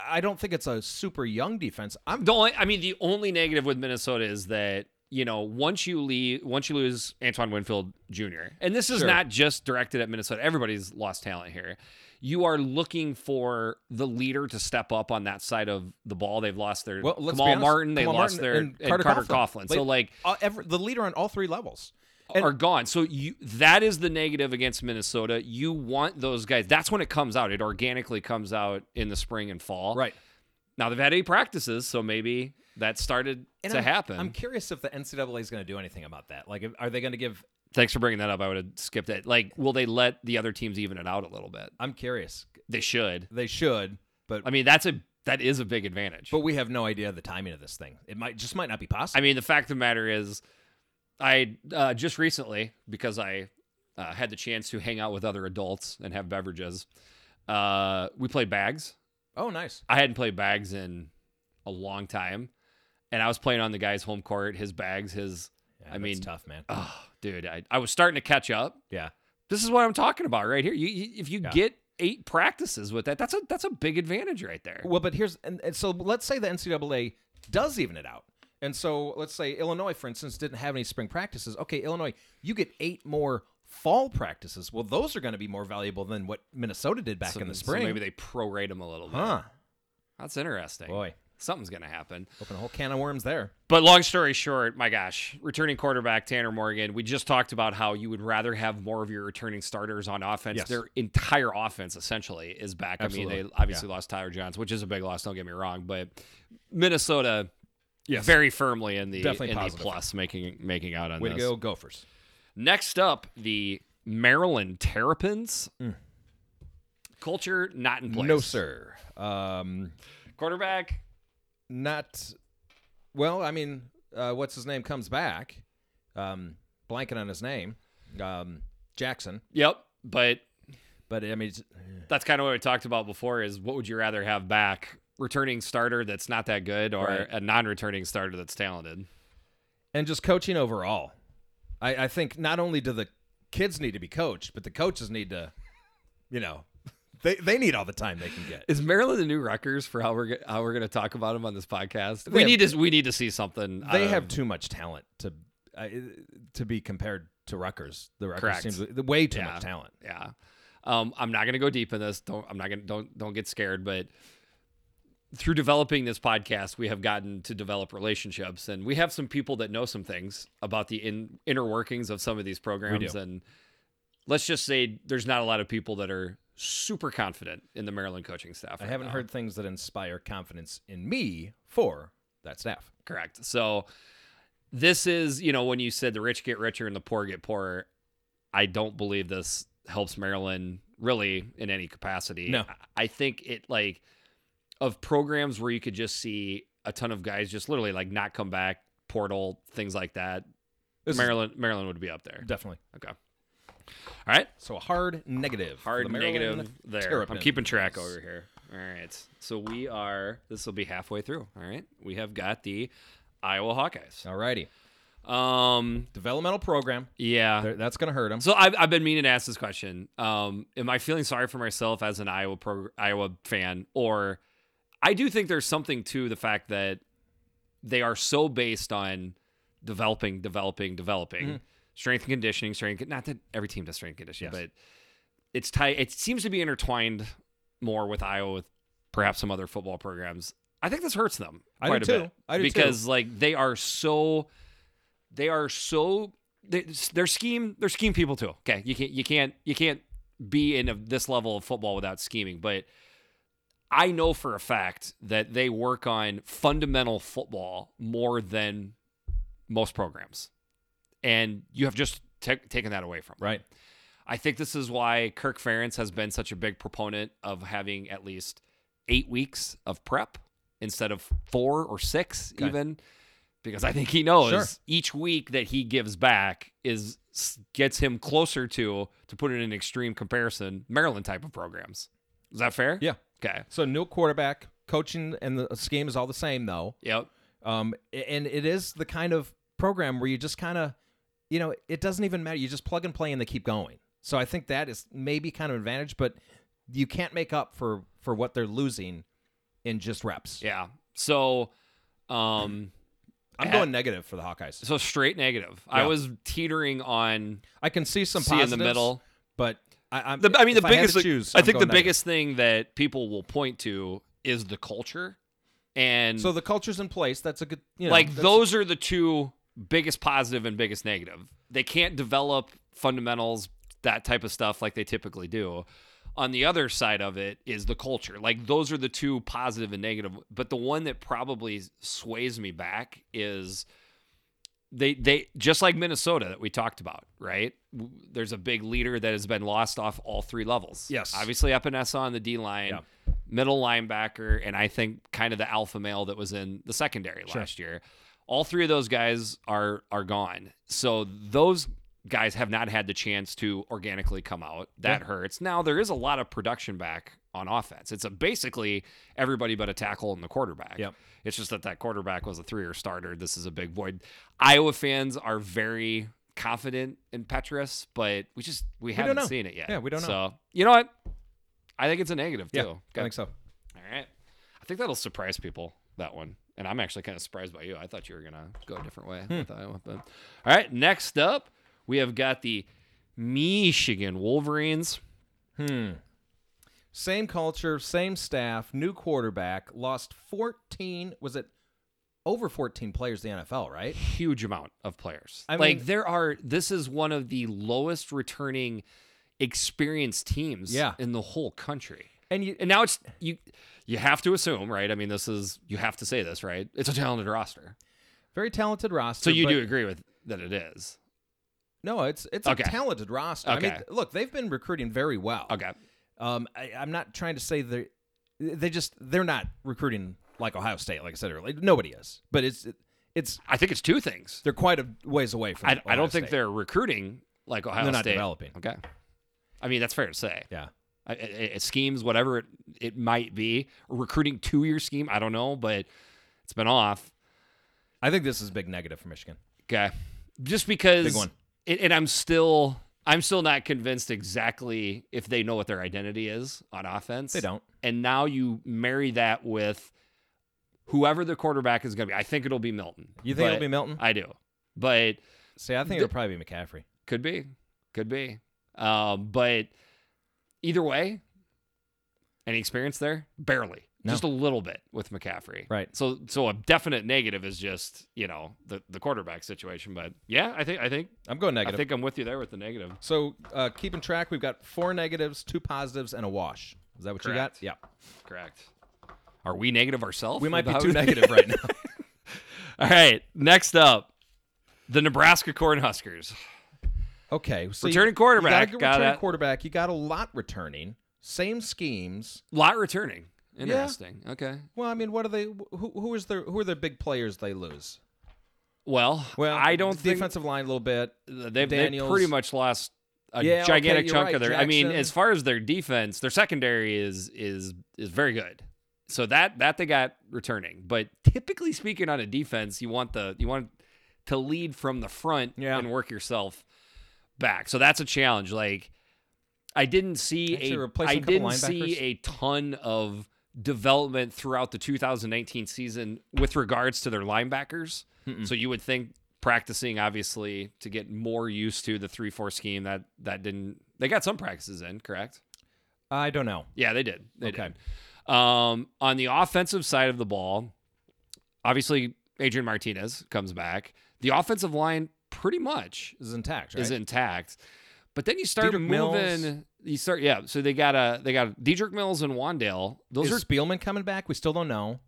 Speaker 2: I don't think it's a super young defense. I'm
Speaker 1: The only, I mean, the only negative with Minnesota is that you know once you leave, once you lose Antoine Winfield Jr. and this is
Speaker 2: Sure.
Speaker 1: not just directed at Minnesota. Everybody's lost talent here. You are looking for the leader to step up on that side of the ball. They've lost their
Speaker 2: well, let's be
Speaker 1: Kamal
Speaker 2: honest.
Speaker 1: Martin. They
Speaker 2: Kamal
Speaker 1: lost
Speaker 2: Martin
Speaker 1: their and Carter, Coughlin. So like
Speaker 2: all- uh, every- the leader on all three levels. And-
Speaker 1: are gone. So you that is the negative against Minnesota. You want those guys. That's when it comes out. It organically comes out in the spring and fall.
Speaker 2: Right.
Speaker 1: Now they've had eight practices, so maybe that started
Speaker 2: And
Speaker 1: to
Speaker 2: I'm,
Speaker 1: happen.
Speaker 2: I'm curious if the NCAA is going to do anything about that. Like, if- are they going to give?
Speaker 1: Thanks for bringing that up. I would have skipped it. Like, will they let the other teams even it out a little bit?
Speaker 2: I'm curious.
Speaker 1: They should.
Speaker 2: They should, but
Speaker 1: I mean, that's a that is a big advantage.
Speaker 2: but we have no idea the timing of this thing. It might just might not be possible.
Speaker 1: I mean, the fact of the matter is, I uh, just recently because I uh, had the chance to hang out with other adults and have beverages. Uh, we played bags.
Speaker 2: oh, nice.
Speaker 1: I hadn't played bags in a long time, and I was playing on the guy's home court. His bags, his
Speaker 2: Yeah,
Speaker 1: I
Speaker 2: that's
Speaker 1: mean-
Speaker 2: tough, man.
Speaker 1: oh, dude, I, I was starting to catch up.
Speaker 2: Yeah.
Speaker 1: This is what I'm talking about right here. You, you if you
Speaker 2: Yeah.
Speaker 1: get eight practices with that, that's a that's a big advantage right there.
Speaker 2: Well, but here's and, and so let's say the NCAA does even it out, and so let's say Illinois, for instance, didn't have any spring practices. Okay, Illinois, you get eight more fall practices. Well, those are going to be more valuable than what Minnesota did back
Speaker 1: So-
Speaker 2: in the
Speaker 1: so
Speaker 2: spring.
Speaker 1: maybe they prorate them a little bit.
Speaker 2: huh?
Speaker 1: That's interesting.
Speaker 2: Boy,
Speaker 1: Something's gonna happen.
Speaker 2: open a whole can of worms there.
Speaker 1: But long story short, my gosh, returning quarterback Tanner Morgan, we just talked about how you would rather have more of your returning starters on offense.
Speaker 2: Yes.
Speaker 1: Their entire offense essentially is back. I mean,
Speaker 2: Absolutely.
Speaker 1: they obviously lost Tyler Johns, which is a big loss, don't get me wrong, but Minnesota very firmly in the
Speaker 2: Definitely
Speaker 1: in the
Speaker 2: positive.
Speaker 1: plus making making out on
Speaker 2: Way
Speaker 1: this.
Speaker 2: to go, Gophers.
Speaker 1: Next up, the Maryland Terrapins. Culture not in place.
Speaker 2: No, sir. Um,
Speaker 1: Quarterback.
Speaker 2: not. Well, I mean, uh, what's his name comes back. Um, blanking on his name, um, Jackson.
Speaker 1: Yep. But
Speaker 2: But I mean, it's-
Speaker 1: that's kind of what we talked about before is what would you rather have back? Returning starter that's not that good or
Speaker 2: Right.
Speaker 1: a non returning starter that's talented.
Speaker 2: and just coaching overall. I, I think not only do the kids need to be coached, but the coaches need to, you know, they they need all the time they can get.
Speaker 1: Is Maryland the new Rutgers for how we're go- how we're going to talk about him on this podcast? we
Speaker 2: have-
Speaker 1: need to we need to see something. uh, out
Speaker 2: They
Speaker 1: of-
Speaker 2: have too much talent to uh, to be compared to Rutgers. The Rutgers
Speaker 1: Correct.
Speaker 2: seems the way too
Speaker 1: Yeah.
Speaker 2: much talent.
Speaker 1: yeah. Um, I'm not going to go deep in this. Don't I'm not going to don't don't get scared. But through developing this podcast, we have gotten to develop relationships, and we have some people that know some things about the in, inner workings of some of these programs. And let's just say there's not a lot of people that are super confident in the Maryland coaching staff.
Speaker 2: I
Speaker 1: right
Speaker 2: haven't
Speaker 1: now.
Speaker 2: heard things that inspire confidence in me for that staff.
Speaker 1: Correct. So this is, you know, when you said the rich get richer and the poor get poorer, I don't believe this helps Maryland really in any capacity.
Speaker 2: No.
Speaker 1: I- I think it like of programs where you could just see a ton of guys just literally like not come back, portal, things like that.
Speaker 2: This is-
Speaker 1: Maryland Maryland would be up there.
Speaker 2: Definitely.
Speaker 1: Okay. All right.
Speaker 2: So a hard negative. for
Speaker 1: Hard
Speaker 2: the Maryland
Speaker 1: negative there. I'm
Speaker 2: Terrapins.
Speaker 1: keeping track over here. All right. So we are this will be halfway through. All right. We have got the Iowa Hawkeyes.
Speaker 2: Alrighty.
Speaker 1: Um.
Speaker 2: Developmental program.
Speaker 1: Yeah.
Speaker 2: There- That's going to hurt them.
Speaker 1: So I've, I've been meaning to ask this question. Um, am I feeling sorry for myself as an Iowa pro, Iowa fan, or I do think there's something to the fact that they are so based on developing, developing, developing,
Speaker 2: Mm-hmm.
Speaker 1: strength and conditioning, strength. Not that every team does strength and conditioning,
Speaker 2: Yes.
Speaker 1: but it's tight. It seems to be intertwined more with Iowa, with perhaps some other football programs. I think this hurts them
Speaker 2: I do
Speaker 1: quite a
Speaker 2: too.
Speaker 1: bit
Speaker 2: I do too.
Speaker 1: because like they are so they are so they, they're scheme they're scheme people too. Okay, you can't you can't you can't be in a, this level of football without scheming. But I know for a fact that they work on fundamental football more than most programs, and you have just ta- taken that away from. them.
Speaker 2: Right.
Speaker 1: I think this is why Kirk Ferentz has been such a big proponent of having at least eight weeks of prep instead of four or six,
Speaker 2: Okay.
Speaker 1: even because I think he knows
Speaker 2: Sure.
Speaker 1: each week that he gives back is s- gets him closer to, to put it in extreme comparison, Maryland type of programs. Is that fair?
Speaker 2: Yeah.
Speaker 1: Okay.
Speaker 2: So new quarterback, coaching, and the scheme is all the same though.
Speaker 1: Yep.
Speaker 2: Um, a- and it is the kind of program where you just kind of, you know, it doesn't even matter. You just plug and play, and they keep going. So I think that is maybe kind of an advantage, but you can't make up for for what they're losing in just reps.
Speaker 1: Yeah. So, um,
Speaker 2: I'm
Speaker 1: Yeah.
Speaker 2: going negative for the Hawkeyes.
Speaker 1: so straight negative. I
Speaker 2: Yeah.
Speaker 1: was teetering on
Speaker 2: I can see some
Speaker 1: C in the
Speaker 2: positives,
Speaker 1: middle.
Speaker 2: but I, I'm.
Speaker 1: The, I mean, the
Speaker 2: if had to
Speaker 1: biggest.
Speaker 2: choose,
Speaker 1: I
Speaker 2: I'm
Speaker 1: think the
Speaker 2: going negative.
Speaker 1: biggest thing that people will point to is the culture, and
Speaker 2: So the culture's in place. That's a good. You know,
Speaker 1: like
Speaker 2: that's-
Speaker 1: those are the two biggest positive and biggest negative. They can't develop fundamentals, that type of stuff, like they typically do. On the other side of it is the culture. Like those are the two positive and negative. But the one that probably sways me back is they they just like Minnesota that we talked about, right? W- There's a big leader that has been lost off all three levels.
Speaker 2: Yes.
Speaker 1: obviously Epinesa on the D line, middle linebacker, and I think kind of the alpha male that was in the secondary last year. All three of those guys are are gone. So those guys have not had the chance to organically come out. That hurts. Now there is a lot of production back on offense. It's a basically everybody but a tackle and the quarterback.
Speaker 2: Yep.
Speaker 1: It's just that that quarterback was a three-year starter. This is a big void. Iowa fans are very confident in Petrus, but we just we,
Speaker 2: don't
Speaker 1: haven't
Speaker 2: know.
Speaker 1: seen it yet.
Speaker 2: Yeah, we don't know.
Speaker 1: So you know what? I think it's a negative too.
Speaker 2: Yeah, I
Speaker 1: Okay.
Speaker 2: think so.
Speaker 1: All right. I think that'll surprise people, that one. And I'm actually kind of surprised by you. I thought you were going to go a different way.
Speaker 2: Hmm.
Speaker 1: with Iowa, but- All right. Next up, we have got the Michigan Wolverines.
Speaker 2: Same culture, same staff, new quarterback. Lost 14. Was it over 14 players? in The NFL, right?
Speaker 1: Huge amount of players.
Speaker 2: I
Speaker 1: like,
Speaker 2: mean-
Speaker 1: there are, this is one of the lowest returning experienced teams
Speaker 2: Yeah.
Speaker 1: in the whole country.
Speaker 2: And you,
Speaker 1: And now it's, you, you have to assume, right? I mean, this is, you have to say this, right? It's a talented roster.
Speaker 2: very talented roster.
Speaker 1: So you
Speaker 2: but-
Speaker 1: do agree with that it is.
Speaker 2: No, it's it's
Speaker 1: Okay.
Speaker 2: a talented roster. I mean,
Speaker 1: Okay.
Speaker 2: look, they've been recruiting very well.
Speaker 1: Okay.
Speaker 2: Um, I, I'm not trying to say they they just they're not recruiting like Ohio State. Like I said earlier, nobody is. But it's it's
Speaker 1: I think it's two things.
Speaker 2: they're quite a ways away from.
Speaker 1: I, I
Speaker 2: Ohio
Speaker 1: don't think
Speaker 2: State.
Speaker 1: they're recruiting like Ohio
Speaker 2: They're not
Speaker 1: State.
Speaker 2: developing.
Speaker 1: Okay. I mean, that's fair to say.
Speaker 2: Yeah.
Speaker 1: I, I, I- schemes, whatever it, it might be, a recruiting two year scheme, I don't know, but it's been off.
Speaker 2: I think this is a big negative for Michigan.
Speaker 1: Okay. Just because.
Speaker 2: Big one.
Speaker 1: It, and I'm still. I'm still not convinced exactly if they know what their identity is on offense.
Speaker 2: They don't.
Speaker 1: And now you marry that with whoever the quarterback is going to be. I think it'll be Milton.
Speaker 2: You think it'll
Speaker 1: but-
Speaker 2: be Milton?
Speaker 1: I do. But
Speaker 2: See, I think it'll probably be McCaffrey.
Speaker 1: Could be. Could be. Um, but either way, any experience there? Barely.
Speaker 2: No.
Speaker 1: Just a little bit with McCaffrey.
Speaker 2: Right.
Speaker 1: So so a definite negative is just, you know, the, the quarterback situation. But yeah, I think I think
Speaker 2: I'm going
Speaker 1: I
Speaker 2: negative.
Speaker 1: think I'm with you there with the negative.
Speaker 2: so uh, keeping track, we've got four negatives, two positives, and a wash. Is that what
Speaker 1: Correct.
Speaker 2: you got? Yeah.
Speaker 1: Correct. Are we negative ourselves?
Speaker 2: We might be
Speaker 1: How-
Speaker 2: too negative right now.
Speaker 1: All right. Next up, the Nebraska Cornhuskers.
Speaker 2: Okay. So
Speaker 1: Returning
Speaker 2: you,
Speaker 1: quarterback,
Speaker 2: You got a good
Speaker 1: got
Speaker 2: returning
Speaker 1: it.
Speaker 2: quarterback. You got a lot returning. Same schemes.
Speaker 1: Lot returning. Interesting. Okay.
Speaker 2: Well, I mean, what are they? Who, who is their? Who are their big players they lose?
Speaker 1: Well,
Speaker 2: Well,
Speaker 1: I don't
Speaker 2: the
Speaker 1: think
Speaker 2: defensive line a little bit.
Speaker 1: they've, they
Speaker 2: Daniels.
Speaker 1: pretty much lost a
Speaker 2: Yeah, okay,
Speaker 1: gigantic
Speaker 2: you're
Speaker 1: chunk
Speaker 2: right,
Speaker 1: of their. I mean,
Speaker 2: Jackson.
Speaker 1: as far as their defense, their secondary is is is very good. So that that they got returning, but typically speaking, on a defense, you want the you want to lead from the front
Speaker 2: Yeah.
Speaker 1: and work yourself back. So that's a challenge. Like I didn't see
Speaker 2: Actually
Speaker 1: a
Speaker 2: replacing
Speaker 1: I
Speaker 2: a couple
Speaker 1: didn't see
Speaker 2: linebackers.
Speaker 1: a ton of development throughout the 2019 season with regards to their linebackers. So you would think practicing obviously to get more used to the 3-4 scheme that that didn't they got some practices in, correct?
Speaker 2: I don't know.
Speaker 1: Yeah, they did. They
Speaker 2: Okay.
Speaker 1: did. Um, on the offensive side of the ball, obviously Adrian Martinez comes back. The offensive line pretty much
Speaker 2: This is intact, right?
Speaker 1: is intact. But then you start
Speaker 2: Dedrick
Speaker 1: moving.
Speaker 2: Mills.
Speaker 1: You start, yeah. So they got a they got Dedrick Mills and Wandale. Those
Speaker 2: Is
Speaker 1: are
Speaker 2: Spielman coming back? We still don't know.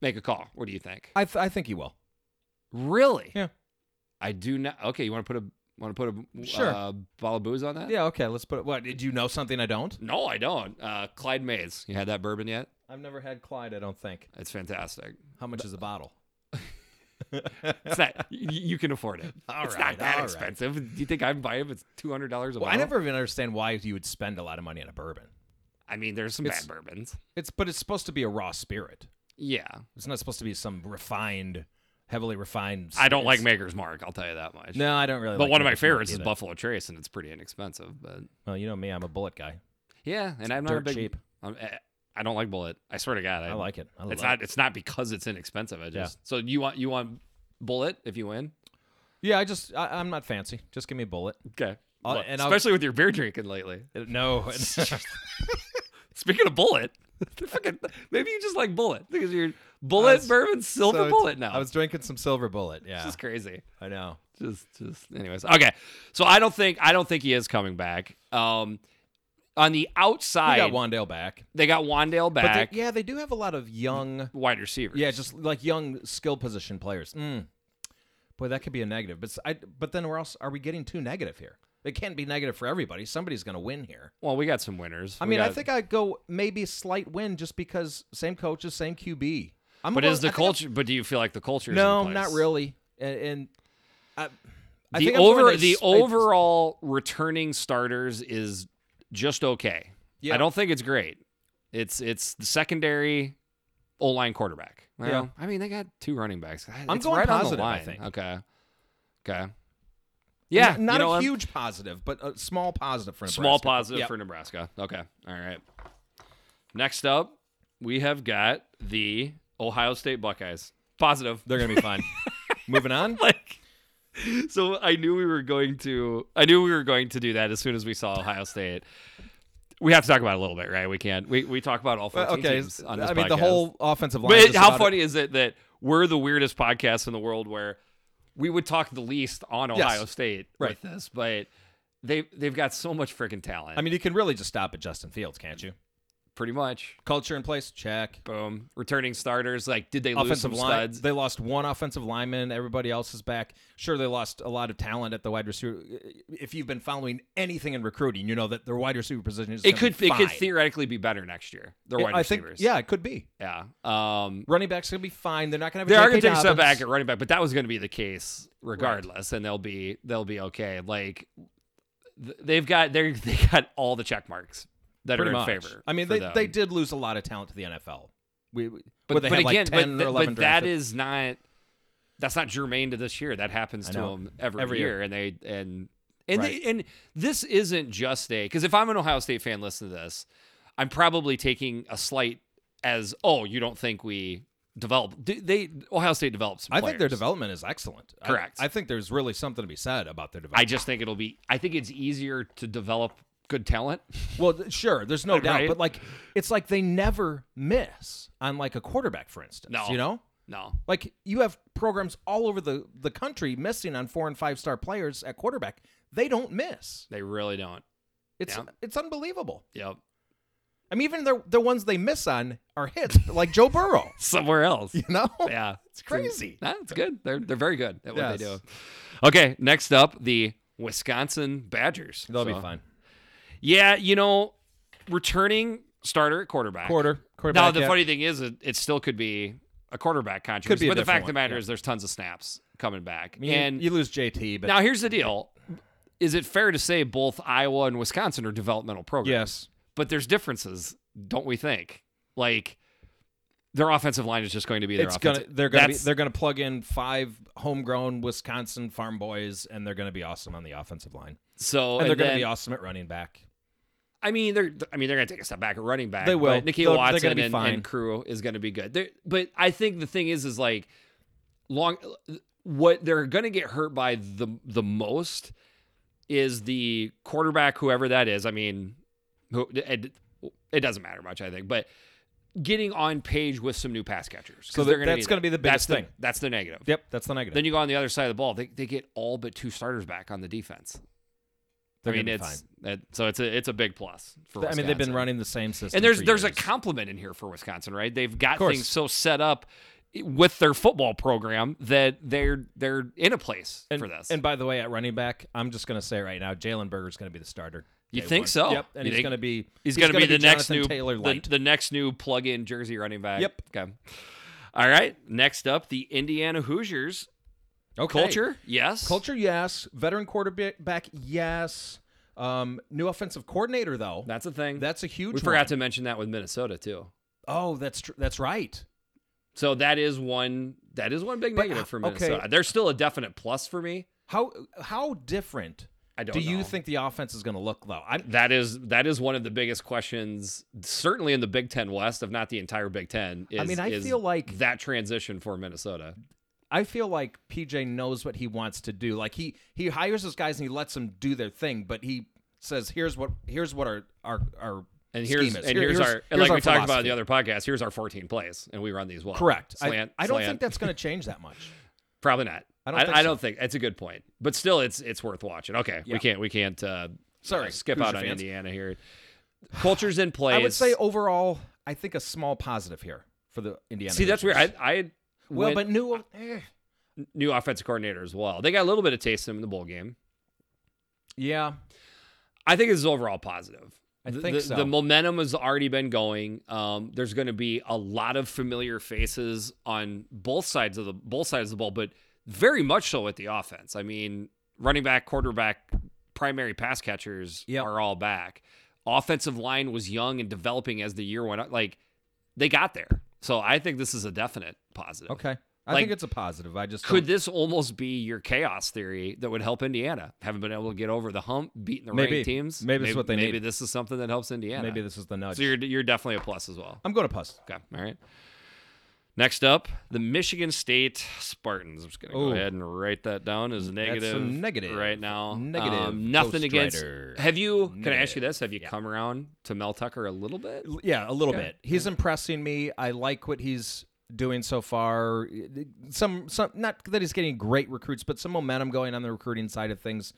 Speaker 1: make a call. What do you think?
Speaker 2: I, th- I think he will.
Speaker 1: Really?
Speaker 2: Yeah.
Speaker 1: I do not. Okay, you want to put a want to put a
Speaker 2: Sure.
Speaker 1: uh, ball of booze on that?
Speaker 2: Yeah. Okay. Let's put it. What? Did you know something I don't?
Speaker 1: No, I don't. Uh, Clyde Mays. You had that bourbon yet?
Speaker 2: I've never had Clyde. I don't think.
Speaker 1: It's fantastic.
Speaker 2: How much is a bottle?
Speaker 1: It's not, y- you can afford it.
Speaker 2: All
Speaker 1: it's
Speaker 2: right,
Speaker 1: not that
Speaker 2: all right.
Speaker 1: expensive. Do you think I'd buy it if it's two hundred dollars a
Speaker 2: Well, I
Speaker 1: bottle?
Speaker 2: never even understand why you would spend a lot of money on a bourbon.
Speaker 1: I mean, there's some
Speaker 2: It's-
Speaker 1: bad bourbons.
Speaker 2: It's but it's supposed to be a raw spirit.
Speaker 1: Yeah,
Speaker 2: It's not supposed to be some refined, heavily refined.
Speaker 1: I don't like
Speaker 2: spirits.
Speaker 1: Maker's Mark. I'll tell you that much.
Speaker 2: No, I don't really.
Speaker 1: but
Speaker 2: like
Speaker 1: one of my
Speaker 2: Maker's Mark
Speaker 1: favorites is
Speaker 2: either.
Speaker 1: Buffalo Trace, and it's pretty inexpensive. But
Speaker 2: Well, you know me, I'm a bullet guy.
Speaker 1: yeah, and I'm not a
Speaker 2: dirt
Speaker 1: big.
Speaker 2: cheap.
Speaker 1: I'm, I- I don't like Bullet. I swear to God,
Speaker 2: I, like it. I
Speaker 1: It's
Speaker 2: love
Speaker 1: not.
Speaker 2: It.
Speaker 1: It's not because it's inexpensive. I just. So you want you want Bullet if you win.
Speaker 2: Yeah, I just I, I'm not fancy. Just give me a bullet.
Speaker 1: Okay.
Speaker 2: I'll-
Speaker 1: Look,
Speaker 2: Uh, and I'll-
Speaker 1: especially with your beer drinking lately.
Speaker 2: No,
Speaker 1: Speaking of bullet, fucking- maybe you just like bullet because you're bullet
Speaker 2: was-
Speaker 1: bourbon silver bullet now.
Speaker 2: I was drinking some silver bullet. Yeah,
Speaker 1: It's just crazy.
Speaker 2: I know.
Speaker 1: Just, just, anyways. Okay, so I don't think I don't think he is coming back. Um, on the
Speaker 2: We
Speaker 1: outside,
Speaker 2: got Wandale back,
Speaker 1: they got Wandale
Speaker 2: but they-
Speaker 1: back,
Speaker 2: yeah, they do have a lot of young,
Speaker 1: wide receiver.
Speaker 2: yeah, just like young skill position players. Mm. Boy, that could be a negative. But s- I, but then we're also are we getting too negative here? It can't be negative for everybody. Somebody's going to win here.
Speaker 1: Well, we got some winners.
Speaker 2: I
Speaker 1: We
Speaker 2: mean, I
Speaker 1: got-
Speaker 2: think I'd go maybe slight win just because same coaches, same QB. I'm
Speaker 1: But
Speaker 2: going-
Speaker 1: is the
Speaker 2: I think I'm-
Speaker 1: culture? But do you feel like the culture? is
Speaker 2: No,
Speaker 1: in
Speaker 2: not
Speaker 1: place?
Speaker 2: really. And, and I, I
Speaker 1: the
Speaker 2: think I'm going
Speaker 1: over
Speaker 2: to
Speaker 1: the
Speaker 2: s- I-
Speaker 1: overall returning starters is just okay.
Speaker 2: Yeah.
Speaker 1: I don't think it's great. It's it's the secondary O line quarterback. Well,
Speaker 2: Yeah.
Speaker 1: I mean they got two running backs.
Speaker 2: I'm
Speaker 1: It's
Speaker 2: going
Speaker 1: right
Speaker 2: positive, I
Speaker 1: On the line.
Speaker 2: think.
Speaker 1: Okay. Okay. Yeah,
Speaker 2: N- not
Speaker 1: you know
Speaker 2: a
Speaker 1: what?
Speaker 2: huge positive, but a small positive for Nebraska.
Speaker 1: small positive
Speaker 2: Yep.
Speaker 1: for Nebraska. Okay. All right. Next up, we have got the Ohio State Buckeyes. Positive.
Speaker 2: They're going to be fine. Moving on.
Speaker 1: like so i knew we were going to i knew we were going to do that as soon as we saw ohio state we have to talk about it a little bit right we can't we, we talk about all 14
Speaker 2: Okay,
Speaker 1: teams on this
Speaker 2: I mean the
Speaker 1: podcast.
Speaker 2: whole offensive line.
Speaker 1: but
Speaker 2: is
Speaker 1: it-
Speaker 2: just
Speaker 1: how
Speaker 2: about it.
Speaker 1: funny is it that we're the weirdest podcast in the world where we would talk the least on
Speaker 2: Yes.
Speaker 1: ohio state
Speaker 2: Right.
Speaker 1: with this but they they've got so much freaking talent
Speaker 2: I mean, you can really just stop at Justin Fields, can't you?
Speaker 1: pretty much
Speaker 2: Culture in place, check.
Speaker 1: boom returning starters like did they lose some
Speaker 2: offensive line,
Speaker 1: studs
Speaker 2: they lost one offensive lineman. Everybody else is back. Sure, they lost a lot of talent at the wide receiver. If you've been following anything in recruiting, you know that their wide receiver position is.
Speaker 1: it
Speaker 2: gonna
Speaker 1: could
Speaker 2: be
Speaker 1: it could
Speaker 2: fine.
Speaker 1: theoretically be better next year their
Speaker 2: It-
Speaker 1: wide
Speaker 2: I think,
Speaker 1: receivers
Speaker 2: yeah, it could be.
Speaker 1: yeah um
Speaker 2: Running backs gonna be fine. They're not gonna have.
Speaker 1: They
Speaker 2: a
Speaker 1: are going
Speaker 2: J.K.
Speaker 1: to take a step
Speaker 2: Dobbins.
Speaker 1: back at running back, but that was going to be the case regardless, and they'll be they'll be okay. Like th- they've got they they got all the check marks that
Speaker 2: Pretty
Speaker 1: are in
Speaker 2: much.
Speaker 1: favor.
Speaker 2: I mean,
Speaker 1: for
Speaker 2: they,
Speaker 1: them.
Speaker 2: they did lose a lot of talent to the NFL. We, we
Speaker 1: but,
Speaker 2: what, they
Speaker 1: but
Speaker 2: had
Speaker 1: again,
Speaker 2: like ten
Speaker 1: but, th-
Speaker 2: or eleven.
Speaker 1: but that
Speaker 2: drafted.
Speaker 1: is not that's not germane to this year. That happens
Speaker 2: I
Speaker 1: to
Speaker 2: know.
Speaker 1: them every,
Speaker 2: Every year.
Speaker 1: year, and they and and
Speaker 2: Right.
Speaker 1: they, and this isn't just a because if I'm an Ohio State fan, listen to this, I'm probably taking a slight as oh you don't think we develop they, they Ohio State develops. Some
Speaker 2: I think their
Speaker 1: players.
Speaker 2: development is excellent. I-
Speaker 1: Correct.
Speaker 2: I, think there's really something to be said about their
Speaker 1: I
Speaker 2: development.
Speaker 1: just think it'll be. I think it's easier to develop good talent.
Speaker 2: well, th- sure, there's no doubt,
Speaker 1: Right?
Speaker 2: but like, it's like they never miss on like a quarterback, for instance.
Speaker 1: No.
Speaker 2: you know,
Speaker 1: No,
Speaker 2: like you have programs all over the the country missing on four and five star players at quarterback. They don't miss.
Speaker 1: they really don't.
Speaker 2: It's
Speaker 1: Yeah.
Speaker 2: it's unbelievable.
Speaker 1: Yep.
Speaker 2: I mean, even the the ones they miss on are hits, like Joe Burrow.
Speaker 1: Somewhere else.
Speaker 2: You know,
Speaker 1: Yeah,
Speaker 2: it's crazy.
Speaker 1: Nah, it's good. They're they're very good at what they do.
Speaker 2: Yes.
Speaker 1: Okay, next up the Wisconsin Badgers.
Speaker 2: They'll be
Speaker 1: So-
Speaker 2: fine.
Speaker 1: Yeah, you know, returning starter at quarterback.
Speaker 2: Quarter quarterback.
Speaker 1: Now the
Speaker 2: yeah.
Speaker 1: funny thing is, it, it still could be a quarterback controversy.
Speaker 2: Could be a
Speaker 1: but the fact
Speaker 2: different
Speaker 1: of the
Speaker 2: one,
Speaker 1: matter
Speaker 2: yeah.
Speaker 1: is, there's tons of snaps coming back.
Speaker 2: I mean, you-
Speaker 1: and
Speaker 2: you lose JT, but
Speaker 1: now here's the deal: is it fair to say both Iowa and Wisconsin are developmental programs?
Speaker 2: yes,
Speaker 1: but there's differences, don't we think? Like their offensive line is just going to be their
Speaker 2: it's gonna
Speaker 1: offensive.
Speaker 2: they're gonna be,
Speaker 1: That's-
Speaker 2: they're gonna plug in five homegrown Wisconsin farm boys, and they're gonna be awesome on the offensive line,
Speaker 1: so
Speaker 2: and they're gonna
Speaker 1: then-
Speaker 2: be awesome at running back.
Speaker 1: I mean, they're I mean they're gonna take a step back at running back.
Speaker 2: They will.
Speaker 1: But Nikhil
Speaker 2: They're- they're gonna
Speaker 1: Watson
Speaker 2: be
Speaker 1: and,
Speaker 2: fine.
Speaker 1: and crew is gonna be good. They're, but I think the thing is is like long what they're gonna get hurt by the the most is the quarterback, whoever that is. I mean, who it, it doesn't matter much, I think, but. Getting on page with some new pass catchers. 'cause
Speaker 2: So
Speaker 1: they're
Speaker 2: that-
Speaker 1: gonna
Speaker 2: that's
Speaker 1: need
Speaker 2: gonna
Speaker 1: that.
Speaker 2: be the
Speaker 1: That's
Speaker 2: biggest thing.
Speaker 1: That's the negative.
Speaker 2: Yep, that's the negative.
Speaker 1: Then you go on the other side of the ball. They, they get all but two starters back on the defense.
Speaker 2: they're
Speaker 1: I mean,
Speaker 2: gonna be
Speaker 1: it's that, so it's a it's a big plus for.
Speaker 2: fine. I mean, they've been
Speaker 1: Wisconsin.
Speaker 2: running the same system.
Speaker 1: And there's
Speaker 2: for
Speaker 1: there's a
Speaker 2: years.
Speaker 1: compliment in here for Wisconsin, right? They've got
Speaker 2: course.
Speaker 1: things so set up with their football program that they're they're in a place
Speaker 2: and,
Speaker 1: for this.
Speaker 2: And by the way, at running back, I'm just gonna say right now, Jalen Berger's gonna be the starter.
Speaker 1: You
Speaker 2: day
Speaker 1: think
Speaker 2: one.
Speaker 1: so?
Speaker 2: Yep, and
Speaker 1: You
Speaker 2: he's
Speaker 1: think-
Speaker 2: gonna be
Speaker 1: He's, going to be, the next
Speaker 2: Jonathan
Speaker 1: new
Speaker 2: Taylor
Speaker 1: the,
Speaker 2: light.
Speaker 1: the next new plug-in jersey running back.
Speaker 2: Yep.
Speaker 1: Okay. All right. Next up, the Indiana Hoosiers.
Speaker 2: Okay.
Speaker 1: Culture, yes.
Speaker 2: Culture, yes. Veteran quarterback, yes. Um, new offensive coordinator, though.
Speaker 1: That's a thing.
Speaker 2: That's a huge.
Speaker 1: we forgot
Speaker 2: one.
Speaker 1: to mention that with Minnesota too.
Speaker 2: Oh, that's tr- that's right.
Speaker 1: So that is one. That is one big
Speaker 2: But, uh,
Speaker 1: negative for
Speaker 2: okay.
Speaker 1: Minnesota. They're still a definite plus for me.
Speaker 2: How how different
Speaker 1: I don't
Speaker 2: do you
Speaker 1: know.
Speaker 2: think the offense is going to look though? I'm,
Speaker 1: That is that is one of the biggest questions, certainly in the Big Ten West, if not the entire Big Ten. Is,
Speaker 2: I mean, I
Speaker 1: is
Speaker 2: feel like-
Speaker 1: that transition for Minnesota.
Speaker 2: I feel like PJ knows what he wants to do. Like he he hires his guys and he lets them do their thing, but he says here's what here's what our our our
Speaker 1: And here's
Speaker 2: scheme
Speaker 1: and
Speaker 2: is. Here-
Speaker 1: here's, our and
Speaker 2: here's
Speaker 1: like
Speaker 2: our
Speaker 1: we talked about in
Speaker 2: philosophy.
Speaker 1: the other podcast. Here's our 14 plays, and we run these well.
Speaker 2: correct. I-
Speaker 1: Slant.
Speaker 2: I, don't
Speaker 1: slant.
Speaker 2: think that's going to change that much.
Speaker 1: Probably not. I
Speaker 2: I
Speaker 1: don't.
Speaker 2: don't
Speaker 1: I,
Speaker 2: think so.
Speaker 1: don't think that's a good point. But still, it's it's worth watching. Okay, we
Speaker 2: Yeah.
Speaker 1: can't we can't. Uh,
Speaker 2: Sorry,
Speaker 1: uh, skip
Speaker 2: Hoosier
Speaker 1: out on
Speaker 2: fans.
Speaker 1: Indiana here. Cultures in place.
Speaker 2: I would say overall, I think a small positive here for the Indiana.
Speaker 1: See, that's
Speaker 2: Hoosiers.
Speaker 1: weird. I, I
Speaker 2: well,
Speaker 1: went
Speaker 2: but new. eh.
Speaker 1: new offensive coordinator as well. They got a little bit of taste in the bowl game.
Speaker 2: Yeah,
Speaker 1: I think this is overall positive.
Speaker 2: I
Speaker 1: The-
Speaker 2: think
Speaker 1: the,
Speaker 2: so.
Speaker 1: The momentum has already been going. Um, there's going to be a lot of familiar faces on both sides of the both sides of the ball, but very much so at the offense. I mean, running back, quarterback, primary pass catchers
Speaker 2: Yep.
Speaker 1: are all back. Offensive line was young and developing as the year went on. Like they got there, so I think this is a definite positive.
Speaker 2: Okay. I
Speaker 1: Like,
Speaker 2: think it's a positive. I just
Speaker 1: Could
Speaker 2: don't-
Speaker 1: this almost be your chaos theory that would help Indiana? Haven't been able to get over the hump, beating the
Speaker 2: Maybe.
Speaker 1: ranked teams.
Speaker 2: Maybe it's what they
Speaker 1: Maybe
Speaker 2: need.
Speaker 1: this is something that helps Indiana.
Speaker 2: maybe this is the nudge.
Speaker 1: So you're you're definitely a plus as well.
Speaker 2: I'm going to pause.
Speaker 1: Okay, all right. Next up, the Michigan State Spartans. I'm just gonna go
Speaker 2: Ooh.
Speaker 1: ahead and write that down as negative.
Speaker 2: negative.
Speaker 1: right now.
Speaker 2: Negative
Speaker 1: Um, nothing
Speaker 2: Ghost
Speaker 1: against.
Speaker 2: Rider.
Speaker 1: Have you? Can I ask you
Speaker 2: Negative.
Speaker 1: this? Have you come around to Mel Tucker a little bit?
Speaker 2: L- Yeah, a little
Speaker 1: Okay.
Speaker 2: bit. He's impressing me. I like what he's doing so far. Some some not that he's getting great recruits, but some momentum going on the recruiting side of things.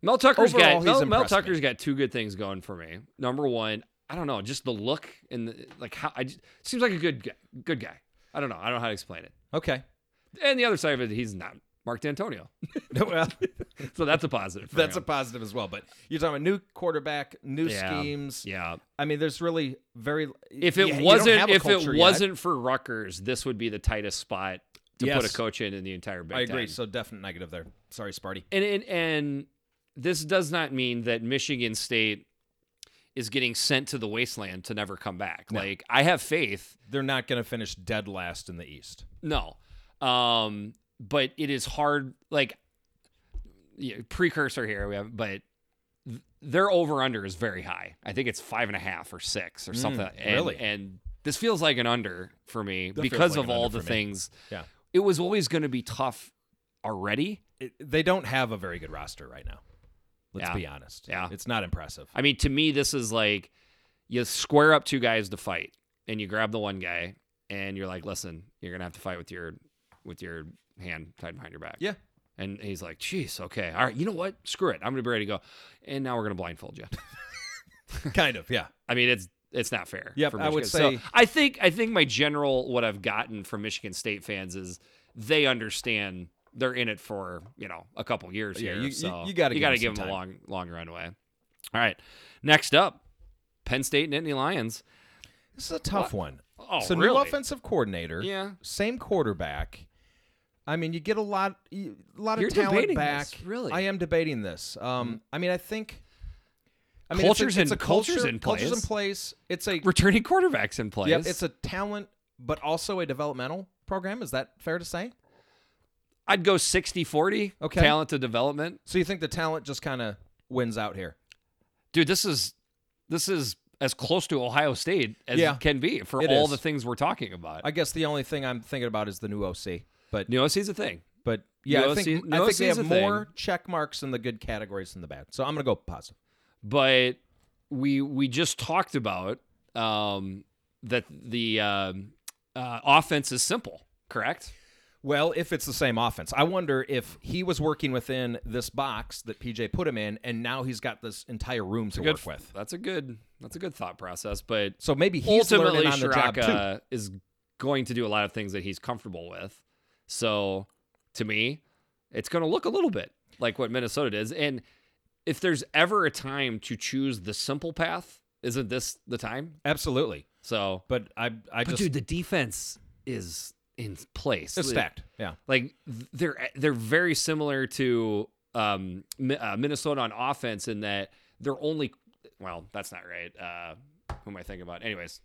Speaker 1: Mel Tucker's
Speaker 2: Overall,
Speaker 1: got
Speaker 2: he's
Speaker 1: Mel, Mel
Speaker 2: impressed me.
Speaker 1: Tucker's got two good things going for me. Number one, I don't know, just the look and the, like how I just, seems like a good guy, good guy. I don't know. I don't know how to explain it.
Speaker 2: Okay.
Speaker 1: And the other side of it, he's not Mark D'Antonio,
Speaker 2: well,
Speaker 1: so that's a positive. for
Speaker 2: that's a
Speaker 1: him.
Speaker 2: positive as well, but you're talking about new quarterback, new
Speaker 1: Yeah.
Speaker 2: schemes.
Speaker 1: yeah.
Speaker 2: I mean, there's really very
Speaker 1: If
Speaker 2: you-
Speaker 1: it
Speaker 2: you don't have
Speaker 1: wasn't if
Speaker 2: a
Speaker 1: it
Speaker 2: culture yet.
Speaker 1: wasn't for Rutgers, this would be the tightest spot to put
Speaker 2: Yes.
Speaker 1: a coach in in the entire Big
Speaker 2: I agree.
Speaker 1: Ten.
Speaker 2: So definite negative there. Sorry, Sparty.
Speaker 1: and, and and this does not mean that Michigan State is getting sent to the wasteland to never come back. Like I have faith
Speaker 2: They're not going to finish dead last in the East.
Speaker 1: No. Um, but it is hard. Like, yeah, precursor here, we have, but th- their over under is very high. I think it's five and a half or six or something. And,
Speaker 2: Mm, really?
Speaker 1: And this feels like an under for me
Speaker 2: feels
Speaker 1: because
Speaker 2: like
Speaker 1: of
Speaker 2: an
Speaker 1: all
Speaker 2: under
Speaker 1: the
Speaker 2: for me.
Speaker 1: things.
Speaker 2: Yeah.
Speaker 1: It was always going to be tough already.
Speaker 2: it, they don't have a very good roster right now. Let's
Speaker 1: Yeah.
Speaker 2: be honest.
Speaker 1: Yeah.
Speaker 2: It's not impressive.
Speaker 1: I mean, to me, this is like you square up two guys to fight, and you grab the one guy, and you're like, "Listen, you're gonna have to fight with your with your hand tied behind your back."
Speaker 2: Yeah.
Speaker 1: And he's like, "Jeez, okay, all right, you know what? Screw it, I'm gonna be ready to go." And now we're gonna blindfold you.
Speaker 2: kind of, yeah.
Speaker 1: I mean, it's it's not fair.
Speaker 2: Yep,
Speaker 1: for
Speaker 2: I would
Speaker 1: Michigan. So
Speaker 2: say-
Speaker 1: I think I think my general what I've gotten from Michigan State fans is they understand they're in it for you know a couple years
Speaker 2: Yeah,
Speaker 1: here.
Speaker 2: you- you-
Speaker 1: so
Speaker 2: you gotta
Speaker 1: you
Speaker 2: give
Speaker 1: gotta
Speaker 2: them some
Speaker 1: give them a
Speaker 2: time.
Speaker 1: long long runway. All right, next up, Penn State Nittany Lions.
Speaker 2: This is a tough one.
Speaker 1: Oh,
Speaker 2: so
Speaker 1: really?
Speaker 2: new offensive coordinator.
Speaker 1: Yeah.
Speaker 2: Same quarterback. I mean, you get a lot, you- a lot
Speaker 1: You're
Speaker 2: of talent
Speaker 1: debating
Speaker 2: back.
Speaker 1: this, really? Mm.
Speaker 2: I am debating this. Um, I mean, I think. I mean,
Speaker 1: Cultures
Speaker 2: it's a, it's
Speaker 1: in-
Speaker 2: a culture,
Speaker 1: cultures in
Speaker 2: cultures
Speaker 1: place.
Speaker 2: in place. It's a
Speaker 1: Returning quarterbacks in place.
Speaker 2: yep, it's a talent, but also a developmental program. Is that fair to say?
Speaker 1: I'd go 60-40
Speaker 2: Okay.
Speaker 1: talent to development.
Speaker 2: So you think the talent just kind of wins out here?
Speaker 1: dude this is this is as close to ohio state as
Speaker 2: Yeah,
Speaker 1: it can be for
Speaker 2: it
Speaker 1: all
Speaker 2: is.
Speaker 1: the things we're talking about
Speaker 2: I guess the only thing I'm thinking about is the new OC, but
Speaker 1: new OC's a thing
Speaker 2: But yeah,
Speaker 1: No
Speaker 2: I think
Speaker 1: se- no
Speaker 2: I think they
Speaker 1: season
Speaker 2: have more check marks in the good categories than the bad. So I'm gonna go positive.
Speaker 1: but we we just talked about um that the um, uh, offense is simple correct
Speaker 2: Well, if it's the same offense, I wonder if he was working within this box that PJ put him in, and now he's got this entire room to work with.
Speaker 1: that's a good that's a good thought process but
Speaker 2: So maybe he's
Speaker 1: ultimately uh,
Speaker 2: learning on the job too.
Speaker 1: Shiraka is going to do a lot of things that he's comfortable with. So to me, it's going to look a little bit like what Minnesota does. And if there's ever a time to choose the simple path, isn't this the time?
Speaker 2: Absolutely,
Speaker 1: So,
Speaker 2: but I I
Speaker 1: but
Speaker 2: just
Speaker 1: dude, the defense is in place.
Speaker 2: It's
Speaker 1: Like-
Speaker 2: stacked. Yeah.
Speaker 1: Like th- they're they're very similar to um, Mi- uh, Minnesota on offense in that they're only well, that's not right. Uh, who am I thinking about? Anyways,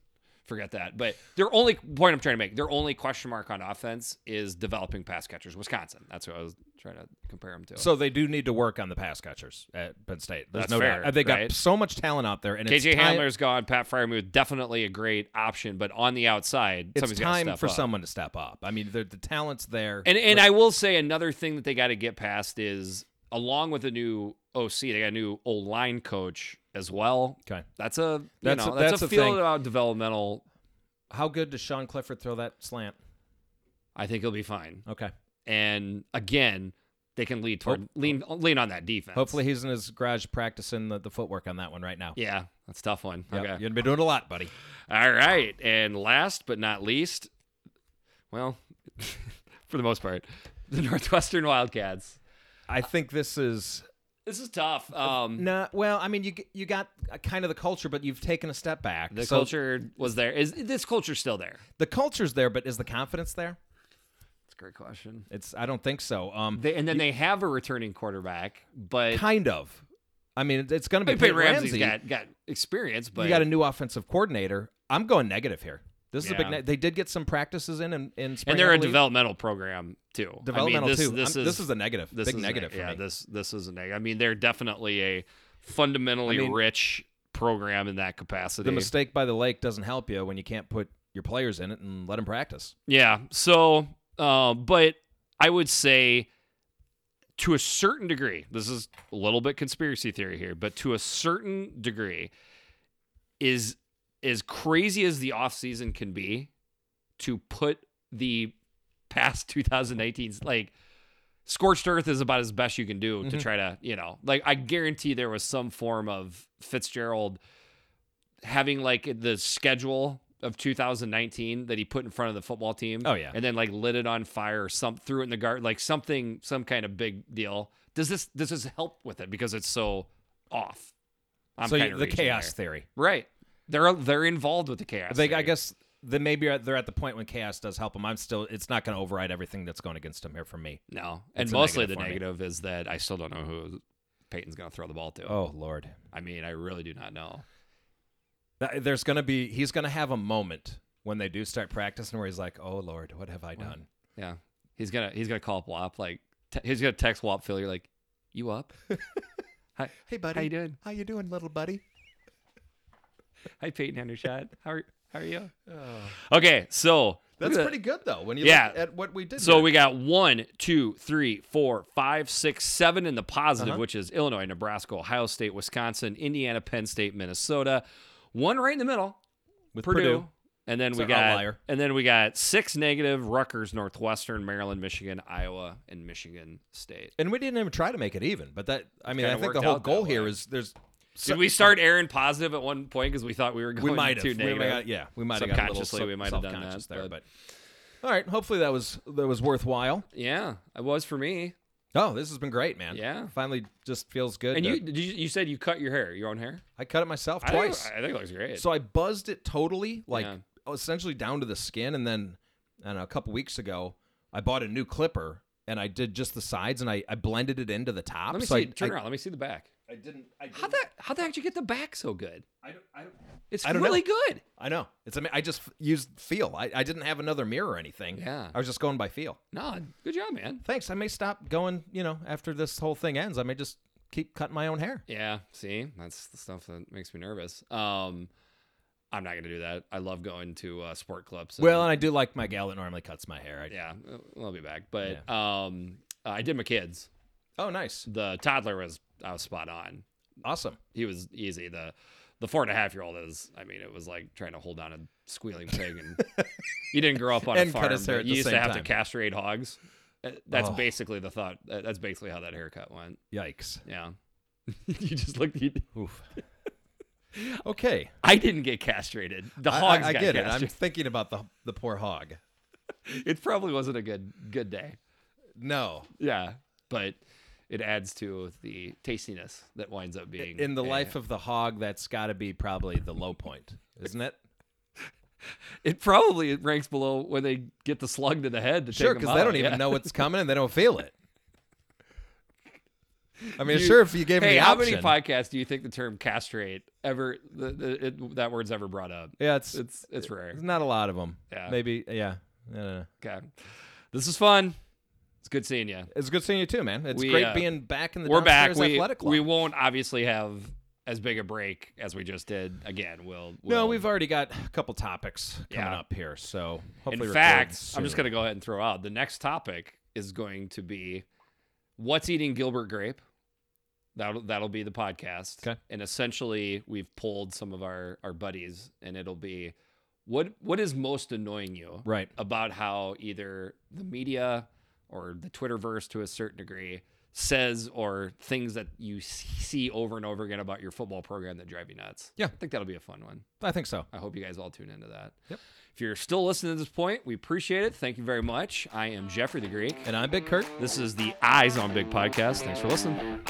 Speaker 1: forget that. But their only point I'm trying to make, their only question mark on offense is developing pass catchers. Wisconsin. That's what I was trying to compare them to.
Speaker 2: So they do need to work on the pass catchers at Penn State. There's
Speaker 1: That's
Speaker 2: no
Speaker 1: fair,
Speaker 2: doubt. They got
Speaker 1: right?
Speaker 2: so much talent out there, and
Speaker 1: KJ
Speaker 2: it's time,
Speaker 1: Hamler's gone. Pat Fryermuth definitely a great option, but on the outside,
Speaker 2: It's
Speaker 1: somebody's gotta
Speaker 2: time
Speaker 1: step
Speaker 2: for
Speaker 1: up.
Speaker 2: someone to step up. I mean, the, the talent's there.
Speaker 1: And and I will say another thing that they got to get past is along with the new OC, they got a new old line coach as well.
Speaker 2: okay,
Speaker 1: That's a you
Speaker 2: That's
Speaker 1: know,
Speaker 2: a-
Speaker 1: that's,
Speaker 2: that's
Speaker 1: a,
Speaker 2: a
Speaker 1: field
Speaker 2: thing.
Speaker 1: about developmental.
Speaker 2: how good does Sean Clifford throw that slant?
Speaker 1: I think he'll be fine.
Speaker 2: Okay,
Speaker 1: And again, they can lead toward lean lean on that defense.
Speaker 2: hopefully he's in his garage practicing the, the footwork on that one right now.
Speaker 1: yeah, that's a tough one.
Speaker 2: Yep,
Speaker 1: Okay,
Speaker 2: you're gonna be doing a lot, buddy.
Speaker 1: all right. And last but not least, well, for the most part, the Northwestern Wildcats.
Speaker 2: I think this is
Speaker 1: This is tough. Um,
Speaker 2: No, well, I mean, you g- you got uh, kind of the culture, but you've taken a step back.
Speaker 1: the
Speaker 2: So
Speaker 1: culture was there. Is this culture still there?
Speaker 2: the culture's there, but is the confidence there?
Speaker 1: That's a great question.
Speaker 2: It's I don't think so. Um,
Speaker 1: They, and then they have a returning quarterback, but
Speaker 2: kind of. I mean, it- it's going to be
Speaker 1: Peyton
Speaker 2: Peyton
Speaker 1: Ramsey's
Speaker 2: Ramsey.
Speaker 1: got got experience, but
Speaker 2: you got a new offensive coordinator. I'm going negative here. This is a big.
Speaker 1: Yeah.
Speaker 2: Ne- they did get some practices in in, in spring.
Speaker 1: and they're
Speaker 2: I
Speaker 1: a
Speaker 2: believe.
Speaker 1: developmental program too. I mean,
Speaker 2: developmental
Speaker 1: this,
Speaker 2: too.
Speaker 1: This
Speaker 2: I'm-
Speaker 1: is
Speaker 2: this is a negative.
Speaker 1: this
Speaker 2: big
Speaker 1: is a-
Speaker 2: negative. for
Speaker 1: yeah,
Speaker 2: me.
Speaker 1: this this is a negative. I mean, they're definitely a fundamentally
Speaker 2: I mean-
Speaker 1: rich program in that capacity.
Speaker 2: the mistake by the lake doesn't help you when you can't put your players in it and let them practice.
Speaker 1: Yeah. So, uh, but I would say to a certain degree, this is a little bit conspiracy theory here, but to a certain degree, is as crazy as the offseason can be to put the past 2019 like scorched earth is about as best you can do
Speaker 2: Mm-hmm.
Speaker 1: to try to you know like i guarantee there was some form of fitzgerald having like the schedule of 2019 that he put in front of the football team
Speaker 2: Oh, yeah.
Speaker 1: and then like lit it on fire or some threw it in the guard like something some kind of big deal does this does this help with it because it's so off I'm
Speaker 2: so you-
Speaker 1: kinda
Speaker 2: the
Speaker 1: reaching
Speaker 2: chaos
Speaker 1: there.
Speaker 2: theory.
Speaker 1: Right. They're they're involved with the chaos.
Speaker 2: They, I
Speaker 1: theory.
Speaker 2: guess then maybe are- they're at the point when chaos does help them. I'm still. It's not going to override everything that's going against them here for me.
Speaker 1: no. And
Speaker 2: it's a
Speaker 1: mostly
Speaker 2: negative
Speaker 1: the
Speaker 2: for me.
Speaker 1: negative is that I still don't know who Peyton's going to throw the ball to.
Speaker 2: Oh Lord,
Speaker 1: I mean, I really do not know.
Speaker 2: That- there's going to be. He's going to have a moment when they do start practicing where he's like, "Oh Lord, what have I done?"
Speaker 1: Yeah. He's gonna he's gonna call up Wop like te- he's gonna text Wop Philly like, you up? Hi,
Speaker 2: Hey buddy,
Speaker 1: how you doing?
Speaker 2: How you doing, little buddy?
Speaker 1: Hi Peyton Hendershot. How are how are you? Okay, so
Speaker 2: That's
Speaker 1: look at-
Speaker 2: pretty good though. When you
Speaker 1: Yeah.
Speaker 2: look at what we did.
Speaker 1: So
Speaker 2: there.
Speaker 1: we got one, two, three, four, five, six, seven in the positive,
Speaker 2: Uh-huh.
Speaker 1: which is Illinois, Nebraska, Ohio State, Wisconsin, Indiana, Penn State, Minnesota. One right in the middle,
Speaker 2: with
Speaker 1: Purdue. And then we
Speaker 2: an
Speaker 1: got
Speaker 2: outlier.
Speaker 1: and then we got six negative, Rutgers, Northwestern, Maryland, Michigan, Iowa, and Michigan State.
Speaker 2: and we didn't even try to make it even. But that, I mean, I
Speaker 1: kinda
Speaker 2: think the
Speaker 1: worked
Speaker 2: whole
Speaker 1: out that
Speaker 2: goal here
Speaker 1: way.
Speaker 2: is there's.
Speaker 1: Did we start Aaron positive at one point because we thought we were going
Speaker 2: We might have.
Speaker 1: too
Speaker 2: We might
Speaker 1: negative?
Speaker 2: have- yeah, we might have got a little
Speaker 1: Subconsciously,
Speaker 2: self-
Speaker 1: we might have done
Speaker 2: self-conscious
Speaker 1: that,
Speaker 2: there,
Speaker 1: but-
Speaker 2: but. All right. Hopefully that was that was worthwhile.
Speaker 1: yeah, it was for me.
Speaker 2: Oh, this has been great, man.
Speaker 1: Yeah.
Speaker 2: Finally, just feels good.
Speaker 1: And
Speaker 2: to-
Speaker 1: you, did you you said you cut your hair, your own hair
Speaker 2: I cut it myself
Speaker 1: I think-
Speaker 2: twice.
Speaker 1: I think, it looks great.
Speaker 2: So I buzzed it totally, like oh,
Speaker 1: Yeah.
Speaker 2: essentially down to the skin, and then and a couple weeks ago, I bought a new clipper and I did just the sides and I, I blended it into the top.
Speaker 1: Let me
Speaker 2: so
Speaker 1: see.
Speaker 2: I,
Speaker 1: turn
Speaker 2: I,
Speaker 1: around. Let me see the back.
Speaker 2: I didn't. I didn't
Speaker 1: How that? How the heck did you get the back so good?
Speaker 2: I, don't, I, don't-
Speaker 1: It's
Speaker 2: I don't
Speaker 1: really
Speaker 2: know.
Speaker 1: good.
Speaker 2: I know. It's. ama- I just f- used feel. I, I didn't have another mirror or anything.
Speaker 1: Yeah.
Speaker 2: I was just going by feel.
Speaker 1: No, good job, man.
Speaker 2: Thanks. I may stop going. You know, after this whole thing ends, I may just keep cutting my own hair.
Speaker 1: Yeah, see, that's the stuff that makes me nervous. Um, I'm not gonna do that. I love going to uh, sport clubs. and-
Speaker 2: Well, and I do like my gal that normally cuts my hair. I,
Speaker 1: yeah, uh, I'll be back. But um, I did my kids.
Speaker 2: Oh, nice.
Speaker 1: The toddler was I was spot on.
Speaker 2: Awesome.
Speaker 1: He was easy. The the four and a half year old is. I mean, it was like trying to hold down a squealing pig, and you didn't grow up on a
Speaker 2: And cut
Speaker 1: farm.
Speaker 2: his hair
Speaker 1: but
Speaker 2: at
Speaker 1: you
Speaker 2: the
Speaker 1: used to
Speaker 2: same
Speaker 1: have to
Speaker 2: time.
Speaker 1: castrate hogs. Uh, That's
Speaker 2: Oh.
Speaker 1: basically the thought. uh, That's basically how that haircut went.
Speaker 2: Yikes.
Speaker 1: Yeah. you just looked. You,
Speaker 2: Oof. okay.
Speaker 1: I didn't get castrated. The
Speaker 2: I-
Speaker 1: hogs
Speaker 2: I, I
Speaker 1: got
Speaker 2: get it. I'm
Speaker 1: castrated.
Speaker 2: thinking about the the poor hog.
Speaker 1: It probably wasn't a good good day.
Speaker 2: No,
Speaker 1: Yeah, but it adds to the tastiness that winds up being
Speaker 2: in the life of the hog, that's got to be probably the low point, isn't it?
Speaker 1: It probably ranks below when they get the slug to the head. To
Speaker 2: Sure,
Speaker 1: because
Speaker 2: because they don't even know what's coming and they don't feel it. I mean,
Speaker 1: You-
Speaker 2: sure, if you gave me
Speaker 1: Hey,
Speaker 2: the
Speaker 1: how
Speaker 2: option,
Speaker 1: many podcasts do you think the term castrate ever the, the, it, that word's ever brought up?
Speaker 2: yeah, it's, it's
Speaker 1: It's it's rare.
Speaker 2: not a lot of them.
Speaker 1: Yeah.
Speaker 2: maybe, yeah. No, no, no.
Speaker 1: Okay, this is fun. It's good seeing you.
Speaker 2: It's good seeing you too, man. It's
Speaker 1: We,
Speaker 2: great
Speaker 1: uh,
Speaker 2: being back in the
Speaker 1: We're back.
Speaker 2: downstairs
Speaker 1: We,
Speaker 2: athletic club.
Speaker 1: we won't obviously have as big a break as we just did. Again, we'll,
Speaker 2: no,
Speaker 1: we'll-
Speaker 2: we've already got a couple topics coming
Speaker 1: Yeah.
Speaker 2: up here, so hopefully,
Speaker 1: in
Speaker 2: record
Speaker 1: fact, I'm just
Speaker 2: soon.
Speaker 1: going to go ahead and throw out the next topic is going to be what's eating Gilbert Grape. That'll that'll be the podcast.
Speaker 2: Okay.
Speaker 1: And essentially, we've pulled some of our our buddies, and it'll be what what is most annoying you
Speaker 2: right.
Speaker 1: about how either the media or the Twitterverse to a certain degree says or things that you s- see over and over again about your football program that drive you nuts.
Speaker 2: Yeah.
Speaker 1: I think that'll be a fun one.
Speaker 2: I think so.
Speaker 1: I hope you guys all tune into that.
Speaker 2: Yep.
Speaker 1: If you're still listening to this point, we appreciate it. Thank you very much. I am Jeffrey the Greek.
Speaker 2: And I'm Big Kurt.
Speaker 1: This is the Eyes on Big podcast. Thanks for listening.